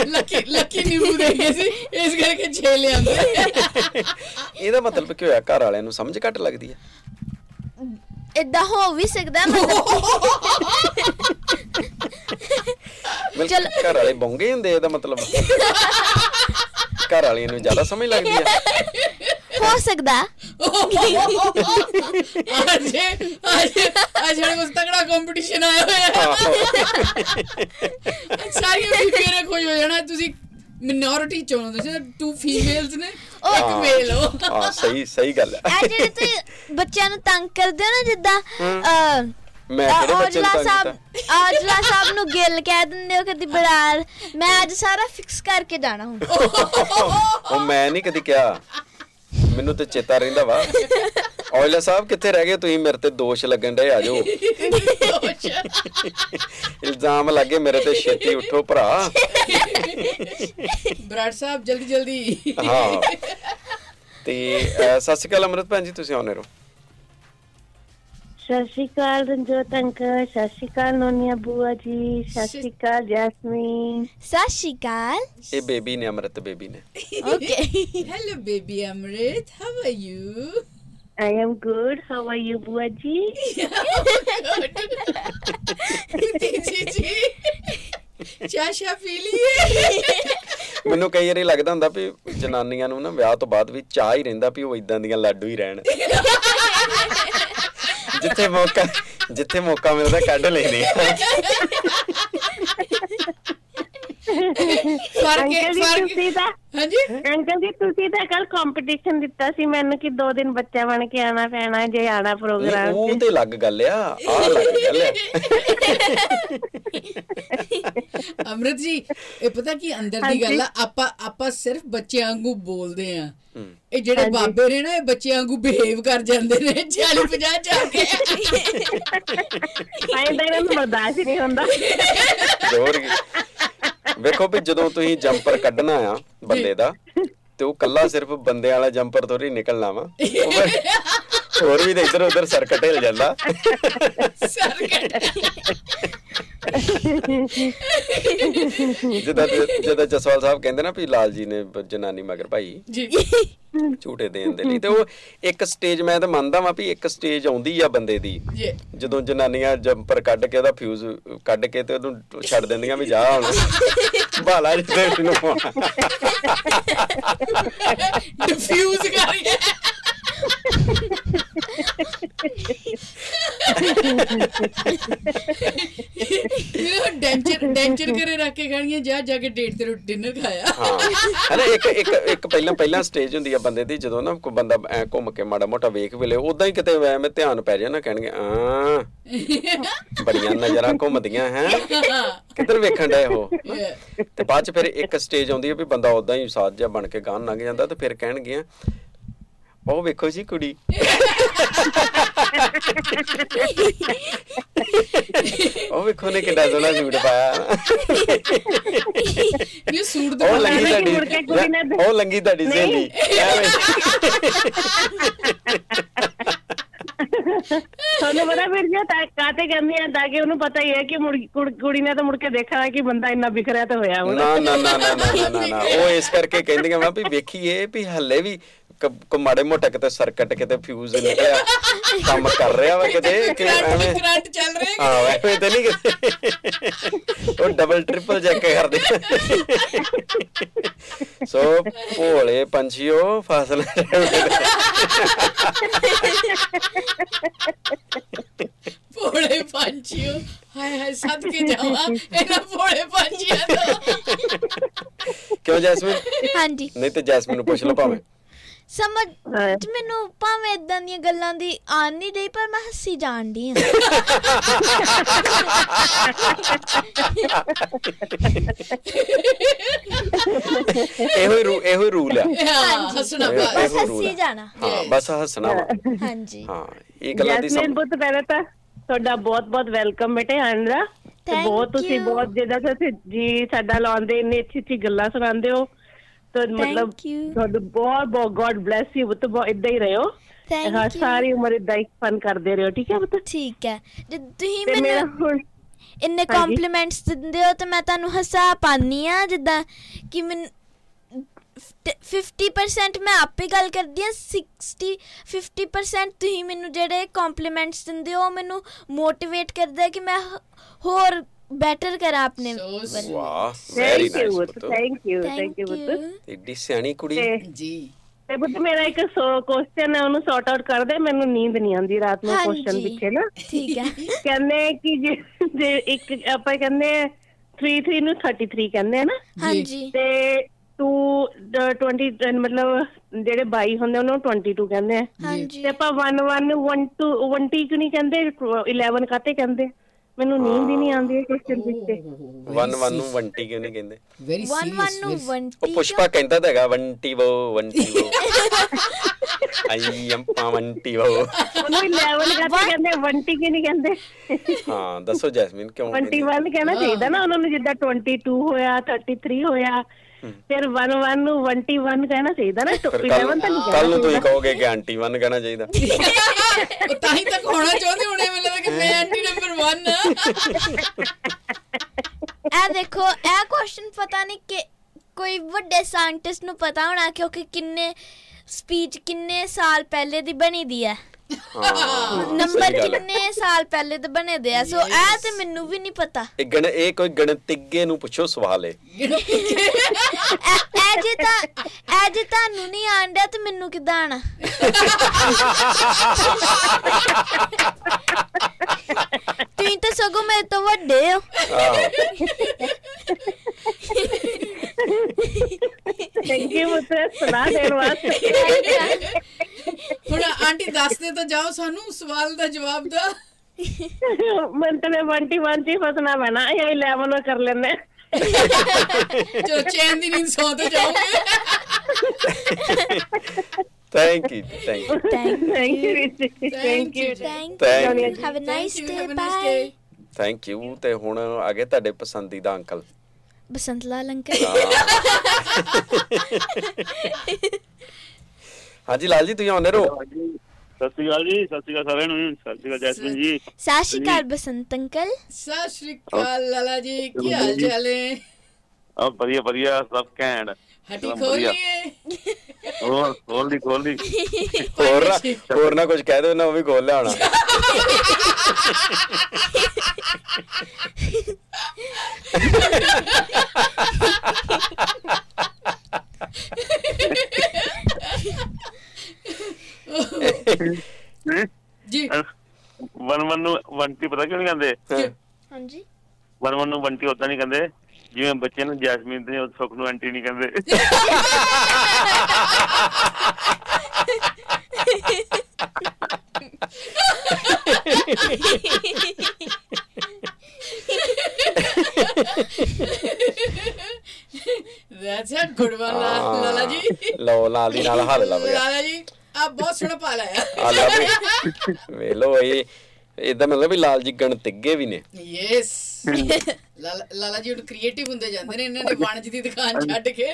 S3: ਲੱਕੀ ਲੱਕੀ ਨਿੰਬੂ ਦੇ ਗਏ ਸੀ ਇਸ ਕਰਕੇ ਛੇ ਲਿਆਂਦੇ
S1: ਇਹਦਾ ਮਤਲਬ ਕੀ ਹੋਇਆ ਘਰ ਵਾਲਿਆਂ ਨੂੰ ਸਮਝ ਘੱਟ ਲੱਗਦੀ ਹੈ
S2: ਇਦਾਂ ਹੋ ਵੀ ਸਕਦਾ ਮਤਲਬ
S1: ਬਿਲਕੁਲ ਘਰ ਵਾਲੇ ਬੌਂਗੇ ਹੁੰਦੇ ਆ, ਇਹਦਾ ਮਤਲਬ ਘਰ ਵਾਲਿਆਂ ਨੂੰ ਜ਼ਿਆਦਾ ਸਮਝ ਲੱਗਦੀ ਹੈ
S2: ਹੋ ਸਕਦਾ
S3: ਅੱਜ ਅੱਜ ਅੱਜ ਜਿਹੜਾ ਕੁਝ ਤਗੜਾ ਕੰਪੀਟੀਸ਼ਨ ਆਇਆ ਹੋਇਆ ਹੈ
S1: ਆਹੋ।
S3: ਸਾਰੀਆਂ ਬੀਬੀਆਂ ਨੇ ਖੁਸ਼ ਹੋ ਜਾਣਾ ਤੁਸੀਂ ਮਿਨੋਰਿਟੀ ਚੋਂ ਹੋ ਤੁਸੀਂ ਟੂ ਫੀਮੇਲਸ ਨੇ ਇੱਕ
S1: ਹਾਂ।
S3: ਮੇਲ ਹੋ
S1: ਹਾਂ ਸਹੀ ਸਹੀ ਗੱਲ ਹੈ
S2: ਇਹ ਜਿਹੜੇ ਤੁਸੀਂ ਬੱਚਿਆਂ ਨੂੰ ਤੰਗ ਕਰਦੇ ਹੋ ਨਾ ਜਿੱਦਾਂ ਅਹ,
S1: ਮੈਂ ਕਿਹੜੇ ਬੱਚੇ ਨੂੰ
S2: ਔਜਲਾ
S1: ਤੰਗ
S2: ਸਾਹਿਬ
S1: ਕੀਤਾ
S2: ਔਜਲਾ ਸਾਹਿਬ ਨੂੰ ਗਿੱਲ ਕਹਿ ਦਿੰਦੇ ਹੋ ਕਦੀ ਬੜਾਲ ਮੈਂ ਅੱਜ ਸਾਰਾ ਫਿਕਸ ਕਰਕੇ ਜਾਣਾ ਹੁਣ
S1: ਉਹ ਮੈਂ ਨਹੀਂ ਕਦੀ ਕਿਹਾ ਮੈਨੂੰ ਤੇ ਚੇਤਾ ਰਹਿੰਦਾ ਵਾ ਔਜਲਾ ਸਾਹਿਬ ਕਿੱਥੇ ਰਹਿ ਗਏ ਤੁਸੀਂ ਮੇਰੇ ਤੇ ਦੋਸ਼ ਲੱਗਣ ਡਏ ਆ ਜਾਓ ਇਲਜ਼ਾਮ ਲੱਗੇ ਮੇਰੇ ਤੇ ਛੇਤੀ ਉੱਠੋ ਭਰਾ
S3: ਬਰਾੜ ਸਾਹਿਬ ਜਲਦੀ ਜਲਦੀ
S1: ਹਾਂ ਤੇ ਅਹ, ਸਤਿ ਸ਼੍ਰੀ ਅਕਾਲ ਅਮਰਤ ਭੈਣ ਜੀ ਤੁਸੀਂ ਆਉਨੇ ਰਹੋ
S6: ਸਤਿ ਸ਼੍ਰੀ ਅਕਾਲ ਰਣਜੋਤ ਅੰਕਲ ਸਤਿ ਸ਼੍ਰੀ ਅਕਾਲ ਨੋਨੀਆ ਬੂਆ ਜੀ ਸਤਿ ਸ਼੍ਰੀ ਅਕਾਲ ਜੈਸਮੀਨ
S2: ਸਤਿ ਸ਼੍ਰੀ ਅਕਾਲ
S1: ਇਹ ਬੇਬੀ ਨੇ ਅਮਰਤ ਬੇਬੀ ਨੇ
S2: okay
S3: hello baby Amrit how are you
S6: I am good how are you ਬੂਆ ਜੀ
S3: ਜੀ ਜੀ ਚਾਸ਼ਾ ਫੀਲੀ
S1: ਮੈਨੂੰ ਕਈ ਵਾਰੀ ਲੱਗਦਾ ਹੁੰਦਾ ਵੀ ਜਨਾਨੀਆਂ ਨੂੰ ਨਾ ਵਿਆਹ ਤੋਂ ਬਾਅਦ ਵੀ ਚਾਹ ਹੀ ਰਹਿੰਦਾ ਵੀ ਉਹ ਇਦਾਂ ਦੀਆਂ ਲਾਡੂ ਹੀ ਰਹਿਣ ਜਿੱਥੇ ਮੌਕਾ ਜਿੱਥੇ ਮੌਕਾ ਮਿਲਦਾ ਕੱਢ ਲੈਂਦੇ ਆ
S3: ਫਰਕ ਹੈ
S6: ਅੰਕਲ ਜੀ
S3: ਫਰਕ ਹੈ।
S6: ਤੁਸੀਂ ਤਾਂ
S3: ਹਾਂਜੀ
S6: ਅੰਕਲ ਜੀ ਤੁਸੀਂ ਤਾਂ ਕੱਲ ਕੰਪੀਟੀਸ਼ਨ ਦਿੱਤਾ ਸੀ ਮੈਨੂੰ ਕਿ ਦੋ ਦਿਨ ਬੱਚਾ ਬਣ ਕੇ ਆਣਾ ਪੈਣਾ ਹੈ ਜੇ ਆਣਾ
S1: ਨਹੀਂ,
S6: ਪ੍ਰੋਗਰਾਮ
S1: ਉਹ
S6: 'ਚ
S1: ਤੇ ਲੱਗ ਗੱਲ ਆ ਆ ਲੱਗ ਗੱਲ ਆ
S3: ਅਮਰਤ ਜੀ ਇਹ ਪਤਾ ਕੀ ਅੰਦਰ ਦੀ
S6: ਹਾਂਜੀ।
S3: ਗੱਲ ਆ ਆਪਾਂ ਆਪਾਂ ਸਿਰਫ ਬੱਚਿਆਂ ਵਾਂਗੂ ਬੋਲਦੇ ਆ
S1: ਹੂੰ।
S3: ਇਹ ਜਿਹੜੇ
S6: ਹਾਂਜੀ।
S3: ਬਾਬੇ ਨੇ ਨਾ ਇਹ ਬੱਚਿਆਂ ਵਾਂਗੂ ਬਿਹੇਵ ਕਰ ਜਾਂਦੇ ਨੇ 40 50 ਚ ਆ ਕੇ
S6: ਆਏ ਤਾਂ ਇਹਨਾਂ ਨੂੰ ਬਰਦਾਸ਼ਤ ਹੀ ਨਹੀਂ ਹੁੰਦਾ
S1: ਜ਼ੋਰ ਕੀ ਵੇਖੋ ਵੀ ਜਦੋਂ ਤੁਸੀਂ ਜੰਪਰ ਕੱਢਣਾ ਆ ਬੰਦੇ ਦਾ ਤੇ ਉਹ ਕੱਲਾ ਸਿਰਫ ਬੰਦੇ ਵਾਲਾ ਜੰਪਰ ਤੋਂ ਹੀ ਨਿਕਲਣਾ ਵਾ ਉਹ ਫਿਰ ਹੋਰ ਵੀ ਇੱਧਰ ਉੱਧਰ ਸਰਕਟ ਹਿਲ ਜਾਂਦਾ
S3: ਸਰ ਕਹਿੰਦੇ,
S1: ਜਿੱਦਾਂ ਜਿੱਦਾਂ ਜਸਵਾਲ ਸਾਹਿਬ ਕਹਿੰਦੇ ਨਾ ਵੀ ਲਾਲ ਜੀ ਨੇ ਬ- ਜਨਾਨੀ ਮਗਰ ਭਾਈ
S3: ਜੀ
S1: ਝੂਟੇ ਦੇਣ ਦੇ ਲਈ ਤੇ ਉਹ ਇੱਕ ਸਟੇਜ ਮੈਂ ਤਾਂ ਮੰਨਦਾ ਵਾਂ ਵੀ ਇੱਕ ਸਟੇਜ ਆਉਂਦੀ ਆ ਬੰਦੇ ਦੀ
S3: ਜੀ
S1: ਜਦੋਂ ਜਨਾਨੀਆਂ ਜੰਪਰ ਕੱਢ ਕੇ ਉਹਦਾ ਫਿਊਜ਼ ਕੱਢ ਕੇ ਤੇ ਉਹਨੂੰ ਛੱਡ ਦਿੰਦੀਆਂ ਵੀ ਜਾ ਹੁਣ ਬਾਲਾ ਜਿੱਤੇ ਨੂੰ
S3: ਡਿਫਿਊਜ਼ ਕਰ ਗਿਆ ਇਹ ਡੈਂਚਰ ਡੈਂਚਰ ਕਰੇ ਰੱਖ ਕੇ ਗਾਣੀਆਂ ਜਾ ਜਾ ਕੇ ਡੇਟ ਤੇ ਡਿਨਰ ਖਾਇਆ
S1: ਹਾਂ ਹਨਾ ਇੱਕ ਇੱਕ ਇੱਕ ਪਹਿਲਾਂ ਪਹਿਲਾਂ ਸਟੇਜ ਹੁੰਦੀ ਆ ਬੰਦੇ ਦੀ ਜਦੋਂ ਨਾ ਕੋਈ ਬੰਦਾ ਐ ਘੁੰਮ ਕੇ ਮਾੜਾ ਮੋਟਾ ਵੇਖ ਵੀ ਲਏ ਉਦਾਂ ਹੀ ਕਿਤੇ ਐਵੇਂ ਧਿਆਨ ਪੈ ਜਾਣਾ ਕਹਿਣਗੇ ਆ ਬੜੀਆਂ ਨਜ਼ਰਾਂ ਘੁੰਮਦੀਆਂ ਹੈ ਕਿੱਧਰ ਵੇਖਣ ਡਏ ਹੋ
S3: Yeah.
S1: ਤੇ ਬਾਅਦ ਚ ਫਿਰ ਇੱਕ ਸਟੇਜ ਆਉਂਦੀ ਹੈ ਵੀ ਬੰਦਾ ਉਦਾਂ ਹੀ ਸਾਧ ਜਿਹਾ ਬਣ ਕੇ ਗਾਣ ਲੰਘ ਜਾਂਦਾ ਤੇ ਫਿਰ ਕਹਿਣਗੀਆਂ ਉਹ ਵੇਖੋ ਜੀ ਕੁੜੀ ਉਹ ਵੇਖੋ ਨੇ ਕਿੱਡਾ ਸੋਹਣਾ ਸੂਟ ਪਾਇਆ
S3: ਇਹ ਸੂਟ
S1: ਉਹ
S3: ਦਾ
S1: ਲੰਗੀ
S6: ਲੱਗਦਾ
S1: ਤੁਹਾਡੀ
S6: ਕਿ ਮੁੜ ਕੇ ਕੁੜੀ ਨੇ
S1: ਉਹ ਲੰਗੀ ਤੁਹਾਡੀ ਸਹੇਲੀ ਐਵੇਂ।
S6: ਤੁਹਾਨੂੰ ਪਤਾ ਵੀਰ ਜੀ ਤਾਂ ਕਾਤੇ ਕਰਨੀ ਆ ਤਾਂ ਕਿ ਉਹਨੂੰ ਪਤਾ ਹੀ ਹੈ ਕਿ ਮੁੜ- ਕੁੜ- ਕੁੜੀ ਨੇ ਤਾਂ ਮੁੜ ਕੇ ਦੇਖਣਾ ਕਿ ਬੰਦਾ ਇੰਨਾ ਬਿਖਰਿਆ ਤਾਂ ਹੋਇਆ ਹੁਣ
S1: ਨਾ ਨਾ ਨਾ ਨਾ ਨਾ ਨਾ ਨਾ ਨਾ ਉਹ ਇਸ ਕਰਕੇ ਕਹਿੰਦੀਆਂ ਵਾ ਵੀ ਵੇਖੀਏ ਵੀ ਹੱਲੇ ਵੀ ਕ- ਕੋ ਮਾੜੇ ਮੋਟਾ ਕਿਤੇ ਸਰਕਟ ਕਿਤੇ ਫਿਊਜ਼ ਨਿਕਲਿਆ ਕੰਮ ਕਰ ਰਿਹਾ ਵਾ ਕਿਤੇ ਕਿ ਐਵੇਂ
S3: ਕਰੰਟ ਚੱਲ ਰਿਹਾ
S1: ਹਾਂ ਐਵੇਂ ਤਾਂ ਨਹੀਂ ਕਿਤੇ ਉਹ ਡਬਲ ਟ੍ਰਿਪਲ ਚੈੱਕ ਕਰਦੇ ਸੋ ਭੋਲੇ ਪੰਛੀਓ ਫਸਲ
S3: ਭੋਲੇ ਪੰਛੀਓ ਹਾਏ ਹਾਏ ਸੱਦ ਕੇ ਜਾਵਾ ਇਹਨਾਂ ਭੋਲੇ ਪੰਛੀਆਂ ਤੋਂ
S1: ਕਿਉਂ ਜੈਸਮੀਨ
S2: ਹਾਂਜੀ
S1: ਨਹੀਂ ਤੇ ਜੈਸਮੀਨ ਨੂੰ ਪੁੱਛ ਲਓ ਭਾਵੇਂ
S2: ਸਮਝ
S6: ਹਾਂ।
S2: ਮੈਨੂੰ ਭਾਵੇਂ ਇਦਾਂ ਦੀਆਂ ਗੱਲਾਂ ਦੀ ਆਣ ਨਹੀਂ ਰਹੀ ਪਰ ਮੈਂ ਹੱਸੀ ਜਾਣਦੀ ਹਾਂ
S1: ਇਹੋ ਹੀ ਰੂ- ਇਹੋ ਹੀ ਰੂਲ ਆ
S3: ਹਾਂ ਹੱਸਣਾ
S1: ਇਹ
S2: ਬਸ
S1: ਹੋ ਰੂਲ
S2: ਹੱਸੀ
S1: ਹੈ।
S2: ਜਾਣਾ
S1: ਹਾਂ ਬਸ ਹੱਸਣਾ ਵਾ
S2: ਹਾਂਜੀ
S1: ਹਾਂ ਇਹ ਗੱਲਾਂ ਦੀ
S6: ਜੈਸਮੀਨ
S1: ਸਮ
S6: ਬਹੁਤ ਪਹਿਲਾਂ ਤਾਂ ਤੁਹਾਡਾ ਬਹੁਤ ਬਹੁਤ ਵੈਲਕਮ ਬੇਟੇ ਆਉਣ ਦਾ ਤੇ
S2: Thank
S6: ਬਹੁਤ ਤੁਸੀਂ
S2: you.
S6: ਬਹੁਤ ਜਿਹਦਾ ਤੁਸੀਂ ਜੀ ਸਾਡਾ ਲਾਉਂਦੇ ਇੰਨੀ ਅੱਛੀ ਅੱਛੀ ਗੱਲਾਂ ਸੁਣਾਉਂਦੇ ਹੋ ਤਾਂ ਮਤਲਬ
S2: you.
S6: ਤੁਹਾਨੂੰ ਬਹੁਤ ਬਹੁਤ ਗੋਡ ਬlesਸ ਯੂ ਬੁੱਤ ਬਹੁਤ ਇਦਾਂ ਹੀ ਰਹੋ
S2: Thank
S6: ਹਾਂ
S2: you.
S6: ਸਾਰੀ ਉਮਰ ਇਦਾਂ ਹੀ ਫਨ ਕਰਦੇ ਰਹੋ ਠੀਕ ਹੈ ਬੁੱਤ
S2: ਠੀਕ ਹੈ ਜੇ ਤੁਸੀਂ
S6: ਤੇ ਮੇਰਾ
S2: ਮੈਨੂੰ
S6: ਹੁਣ
S2: ਇੰਨੇ
S6: ਹਾਂਜੀ।
S2: ਕੰਪਲੀਮੈਂਟਸ ਦਿੰਦੇ ਹੋ ਤਾਂ ਮੈਂ ਤੁਹਾਨੂੰ ਹਸਾ ਪਾਨੀ ਆ ਜਿੱਦਾਂ ਕਿ ਮੈਂ 50% ਮੈਂ ਆਪੇ ਗੱਲ ਕਰਦੀ ਆ 60 50% ਤੁਸੀਂ ਮੈਨੂੰ ਜਿਹੜੇ ਕੰਪਲੀਮੈਂਟਸ ਦਿੰਦੇ ਹੋ ਉਹ ਮੈਨੂੰ ਮੋਟੀਵੇਟ ਕਰਦਾ ਹੈ ਕਿ ਮੈਂ ਹ- ਹੋਰ ਬੈਟਰ ਕਰਾਂ ਆਪਣੇ
S3: So
S2: ਵੱਲ।
S3: sweet.
S1: ਵਾਹ ਵੈਰੀ
S6: ਥੈਂਕ ਯੂ
S1: ਨਾਈਸ
S6: ਬੁੱਤ ਥੈਂਕ ਯੂ ਥੈਂਕ ਯੂ ਬੁੱਤ
S1: ਇੱਡੀ ਸਿਆਣੀ ਕੁੜੀ
S6: ਤੇ
S3: ਜੀ
S6: ਤੇ ਬੁੱਤ ਮੇਰਾ ਇੱਕ ਕੁਐਸਚਨ ਹੈ ਉਹਨੂੰ ਸੌਰਟ ਆਊਟ ਕਰ ਦੇ ਮੈਨੂੰ ਨੀਂਦ ਨਹੀਂ ਆਉਂਦੀ ਰਾਤ ਨੂੰ ਕੁਐਸਚਨ
S2: ਹਾਂਜੀ।
S6: ਪਿੱਛੇ ਨਾ
S2: ਠੀਕ ਹੈ
S6: ਕਹਿੰਦੇ ਕਿ ਜੇ- ਜੇ ਇੱਕ ਆਪਾਂ ਕਹਿੰਦੇ 3 3 ਨੂੰ 33 ਕਹਿੰਦੇ ਆ ਨਾ
S2: ਹਾਂਜੀ
S6: ਤੇ 2 20 ਅਹ ਮਤਲਬ ਜਿਹੜੇ 22 ਹੁੰਦੇ ਉਹਨਾਂ ਨੂੰ 22 ਕਹਿੰਦੇ ਆ
S2: ਹਾਂਜੀ
S6: ਤੇ ਆਪਾਂ 1 1 1 20 ਕਿਉਂ ਨਹੀਂ ਕਹਿੰਦੇ 11 ਕਾਤੇ ਕਹਿੰਦੇ ਮੈਨੂੰ ਨੀਂਦ ਹੀ ਨਹੀਂ ਆਉਂਦੀ ਕੁਐਸਚਨ ਪਿੱਛੇ
S1: ਵਨ ਵਨ ਨੂੰ ਵੰਟੀ ਕਿਉਂ ਨਹੀਂ ਕਹਿੰਦੇ
S3: ਵੈਰੀ
S2: 1 1 ਨੂੰ
S3: ਸੀਰੀਅਸ
S2: 1
S1: ਉਹ ਪੁਸ਼ਪਾ ਕਹਿੰਦਾ ਤਾਂ ਹੈਗਾ ਵੰਟੀ ਵੋ ਵੰਟੀ ਵੋ ਆਈ ਐਮ ਪਾ ਵੰਟੀ ਵੋ
S6: ਉਹਨੂੰ 11 ਕਾਤੇ ਕਹਿੰਦੇ 20 ਕਿਉਂ ਨਹੀਂ ਕਹਿੰਦੇ
S1: ਹਾਂ ਦੱਸੋ ਜੈਸਮੀਨ ਕਿਉਂ ਕਹਿੰਦੀ?
S6: 21 ਕਹਿਣਾ ਚਾਹੀਦਾ ਨਾ ਉਹਨਾਂ ਨੂੰ ਜਿੱਦਾਂ 22 ਹੋਇਆ 33 ਹੋਇਆ ਫਿਰ 11 ਨੂੰ 21 ਕਹਿਣਾ ਚਾਹੀਦਾ ਨਾ
S1: ਫਿਰ ਕੱਲ
S6: 11 ਤਾਂ ਨਹੀਂ ਕਹਿਣਾ
S1: ਕੱਲ ਨੂੰ ਤੁਸੀਂ ਕਹੋਗੇ ਕਿ ਆਂਟੀ ਵਨ ਕਹਿਣਾ ਚਾਹੀਦਾ
S3: ਉਹ ਤਾਂ ਹੀ ਤਾਂ ਹੋਣਾ ਚਾਹੁੰਦੇ ਹੋਣੇ ਮੈਨੂੰ ਲੱਗਦਾ ਕਿ ਮੈਂ ਐਂਟੀ ਨੰਬਰ 1
S2: ਇਹ ਦੇਖੋ ਇਹ ਕੁਐਸਚਨ ਪਤਾ ਨਹੀਂ ਕਿ ਕੋਈ ਵੱਡੇ ਸਾਇੰਟਿਸਟ ਨੂੰ ਪਤਾ ਹੋਣਾ ਕਿਉਂਕਿ ਕਿੰਨੇ ਸਪੀਚ ਕਿੰਨੇ ਸਾਲ ਪਹਿਲੇ ਦੀ ਬਣੀ ਦੀ ਹੈ
S1: ਹਾਂ
S2: ਨੰਬਰ
S1: ਸਹੀ ਗੱਲ ਹੈ।
S2: ਕਿੰਨੇ ਸਾਲ ਪਹਿਲੇ ਦੇ ਬਣੇ ਦੇ ਆ ਸੋ ਇਹ ਤੇ ਮੈਨੂੰ ਵੀ ਨਹੀਂ ਪਤਾ
S1: ਇਹ ਗਣ ਇਹ ਕੋਈ ਗਣਤਿੱਗੇ ਨੂੰ ਪੁੱਛੋ ਸਵਾਲ ਹੈ
S2: ਇਹ ਇਹ ਜੇ ਤਾਂ ਇਹ ਜੇ ਤੁਹਾਨੂੰ ਨਹੀਂ ਆਂਦਾ ਤੇ ਮੈਨੂੰ ਕਿਦਾਂ ਆਣਾ ਤੁਸੀਂ ਤਾਂ ਸਗੋਂ ਮੇਰੇ ਤੋਂ ਵੱਡੇ ਹੋ
S1: ਆਹੋ
S6: ਥੈਂਕ ਯੂ ਪੁੱਤਰ ਸਲਾਹ ਦੇਣ ਵਾਸਤੇ
S3: ਹੁਣ ਆਂਟੀ ਦੱਸਦੇ ਤਾਂ ਜਾਓ ਸਾਨੂੰ ਸਵਾਲ ਦਾ ਜਵਾਬ ਦਾ
S6: ਮੈਂ ਤਾਂ 21 ਚ ਹੀ ਫਸਣਾ ਪੈਣਾ ਇਹ 11 ਉਹ ਕਰ ਲੈਣੇ
S3: ਚਲੋ ਚੈਨ ਦੀ ਨੀਂਦ ਸੌਂ ਤੇ ਜਾਓਗੇ
S1: thank you thank you
S6: thank you thank
S2: Thank
S6: you
S2: you.
S1: Thank you
S2: Have a nice
S3: you,
S2: day.
S3: have a nice
S2: Bye.
S3: day.
S1: Thank you ਤੇ ਹੁਣ ਅੱਗੇ ਤੁਹਾਡੇ ਪਸੰਦੀਦਾ ਅੰਕਲ
S2: ਬਸੰਤ ਲਾਲ ਅੰਕਲ
S1: ਹਾਂਜੀ ਲਾਲ ਜੀ ਤੁਸੀਂ ਆਉਂਦੇ ਰਹੋ
S7: ਸਤਿ ਸ਼੍ਰੀ ਅਕਾਲ ਜੀ ਸਤਿ ਸ਼੍ਰੀ ਅਕਾਲ ਸਾਰਿਆਂ ਨੂੰ ਸਤਿ ਸ਼੍ਰੀ ਅਕਾਲ ਜੈਸਮਨ ਜੀ
S2: ਸਤਿ ਸ਼੍ਰੀ ਅਕਾਲ ਬਸੰਤ ਅੰਕਲ
S3: ਸਤਿ ਸ਼੍ਰੀ ਅਕਾਲ ਲਾਲਾ ਜੀ ਕੀ ਹਾਲ ਚਾਲ ਹੈ
S7: ਆ ਵਧੀਆ ਵਧੀਆ ਸਭ ਘੈਂਟ
S3: ਹੱਡੀ
S7: ਇੱਕਦਮ ਵਧੀਆ।
S3: ਖੋਲੀਏ
S7: ਹੋਰ ਖੋਲ ਦੀ ਖੋਲ ਦੀ
S1: ਹੋਰ ਨਾ ਹੋਰ ਨਾ ਕੁਝ ਕਹਿ ਦਿਓ ਨਾ ਉਹ ਵੀ ਖੋਲ ਲਿਆਉਣਾ
S3: ਜੀ
S7: ਵਨ ਵਨ ਨੂੰ ਵੰਟੀ ਪਤਾ ਕਿਉਂ ਨਹੀਂ ਕਹਿੰਦੇ
S2: ਹਾਂਜੀ
S7: ਵਨ ਵਨ ਨੂੰ ਵੰਟੀ ਉਦਾਂ ਨਹੀਂ ਕਹਿੰਦੇ ਜਿਵੇਂ ਬੱਚੇ ਨੂੰ ਜੈਸਮੀਨ ਤੇ ਸੁਖ ਨੂੰ ਆਂਟੀ ਨਹੀਂ ਕਹਿੰਦੇ
S3: that's a good one
S1: Ah.
S3: ਲਾਲਾ ਜੀ
S1: ਲਓ ਨਾਲ ਦੀ ਨਾਲ ਹੱਲ ਲੱਭ ਗਿਆ
S3: ਲਾਲਾ ਜੀ ਆ ਬਹੁਤ ਸੋਹਣਾ ਪਾ ਲਾਇਆ
S1: ਆ ਲੱਭ ਗਿਆ ਵੇਲੋ ਇਹ ਇਹਦਾ ਮਤਲਬ ਵੀ ਲਾਲ ਜੀ ਗਣਤਿੱਗੇ ਵੀ ਨੇ
S3: ਯੈਸ ਲਾਲਾ ਜੀ ਹੁਣ ਕ੍ਰੀਏਟਿਵ ਹੁੰਦੇ ਜਾਂਦੇ ਨੇ ਇਹਨਾਂ ਨੇ ਵਣਜ ਦੀ ਦੁਕਾਨ ਛੱਡ ਕੇ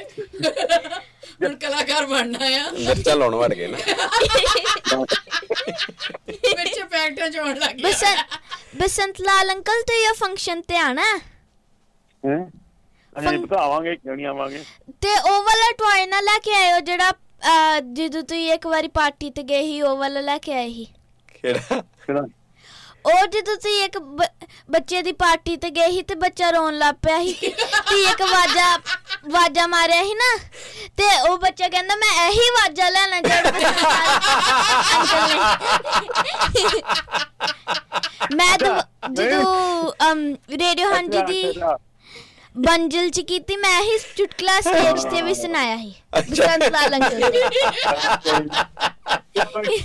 S3: ਹੁਣ ਕਲਾਕਾਰ ਬਣਨਾ ਆ
S1: ਮਿਰਚਾਂ ਲਾਉਣ ਵੜ ਗਏ ਨਾ
S3: ਮਿਰਚੇ ਪੈਕਟਾਂ ਚ ਆਉਣ ਲੱਗ ਗਿਆ
S2: ਬਸੰਤ ਬਸੰਤ ਲਾਲ ਅੰਕਲ ਤੇ ਇਹ ਫੰਕਸ਼ਨ ਤੇ ਆਣਾ
S7: ਹੈ ਅਜੇ ਪਤਾ ਆਵਾਂਗੇ ਕਿਉਂ ਨਹੀਂ ਆਵਾਂਗੇ
S2: ਤੇ ਉਹ ਵਾਲਾ ਟੌਏ ਨਾ ਲੈ ਕੇ ਆਇਓ ਜਿਹੜਾ ਅਹ, ਜਦੋਂ ਤੁਸੀਂ ਇੱਕ ਵਾਰੀ ਪਾਰਟੀ ਤੇ ਗਏ ਸੀ ਉਹ ਵਾਲਾ ਲੈ ਕੇ ਆਏ ਸੀ
S1: ਕਿਹੜਾ
S7: ਕਿਹੜਾ
S2: ਉਹ ਜਦੋਂ ਤੁਸੀਂ ਇੱਕ ਬ- ਬੱਚੇ ਦੀ ਪਾਰਟੀ ਤੇ ਗਏ ਸੀ ਤੇ ਬੱਚਾ ਰੋਣ ਲੱਗ ਪਿਆ ਸੀ ਤੇ ਇੱਕ ਵਾਜਾ ਵਾਜਾ ਮਾਰਿਆ ਸੀ ਨਾ ਤੇ ਉਹ ਬੱਚਾ ਕਹਿੰਦਾ ਮੈਂ ਇਹੀ ਵਾਜਾ ਲੈਣਾ ਜਿਹੜਾ ਮੇਰੇ ਅੰਕਲ ਨੇ ਮੈਂ ਤਾਂ ਜਦੋਂ ਅਮ ਰੇਡੀਓ ਹੰਡੀ ਦੀ ਬੰਜਲ ਚ ਕੀਤੀ ਮੈਂ ਹੀ ਚੁਟਕਲਾ ਸਟੇਜ ਤੇ ਵੀ ਸੁਣਾਇਆ ਸੀ ਬਸੰਤ ਲਾਲ ਅੰਕਲ ਨੇ।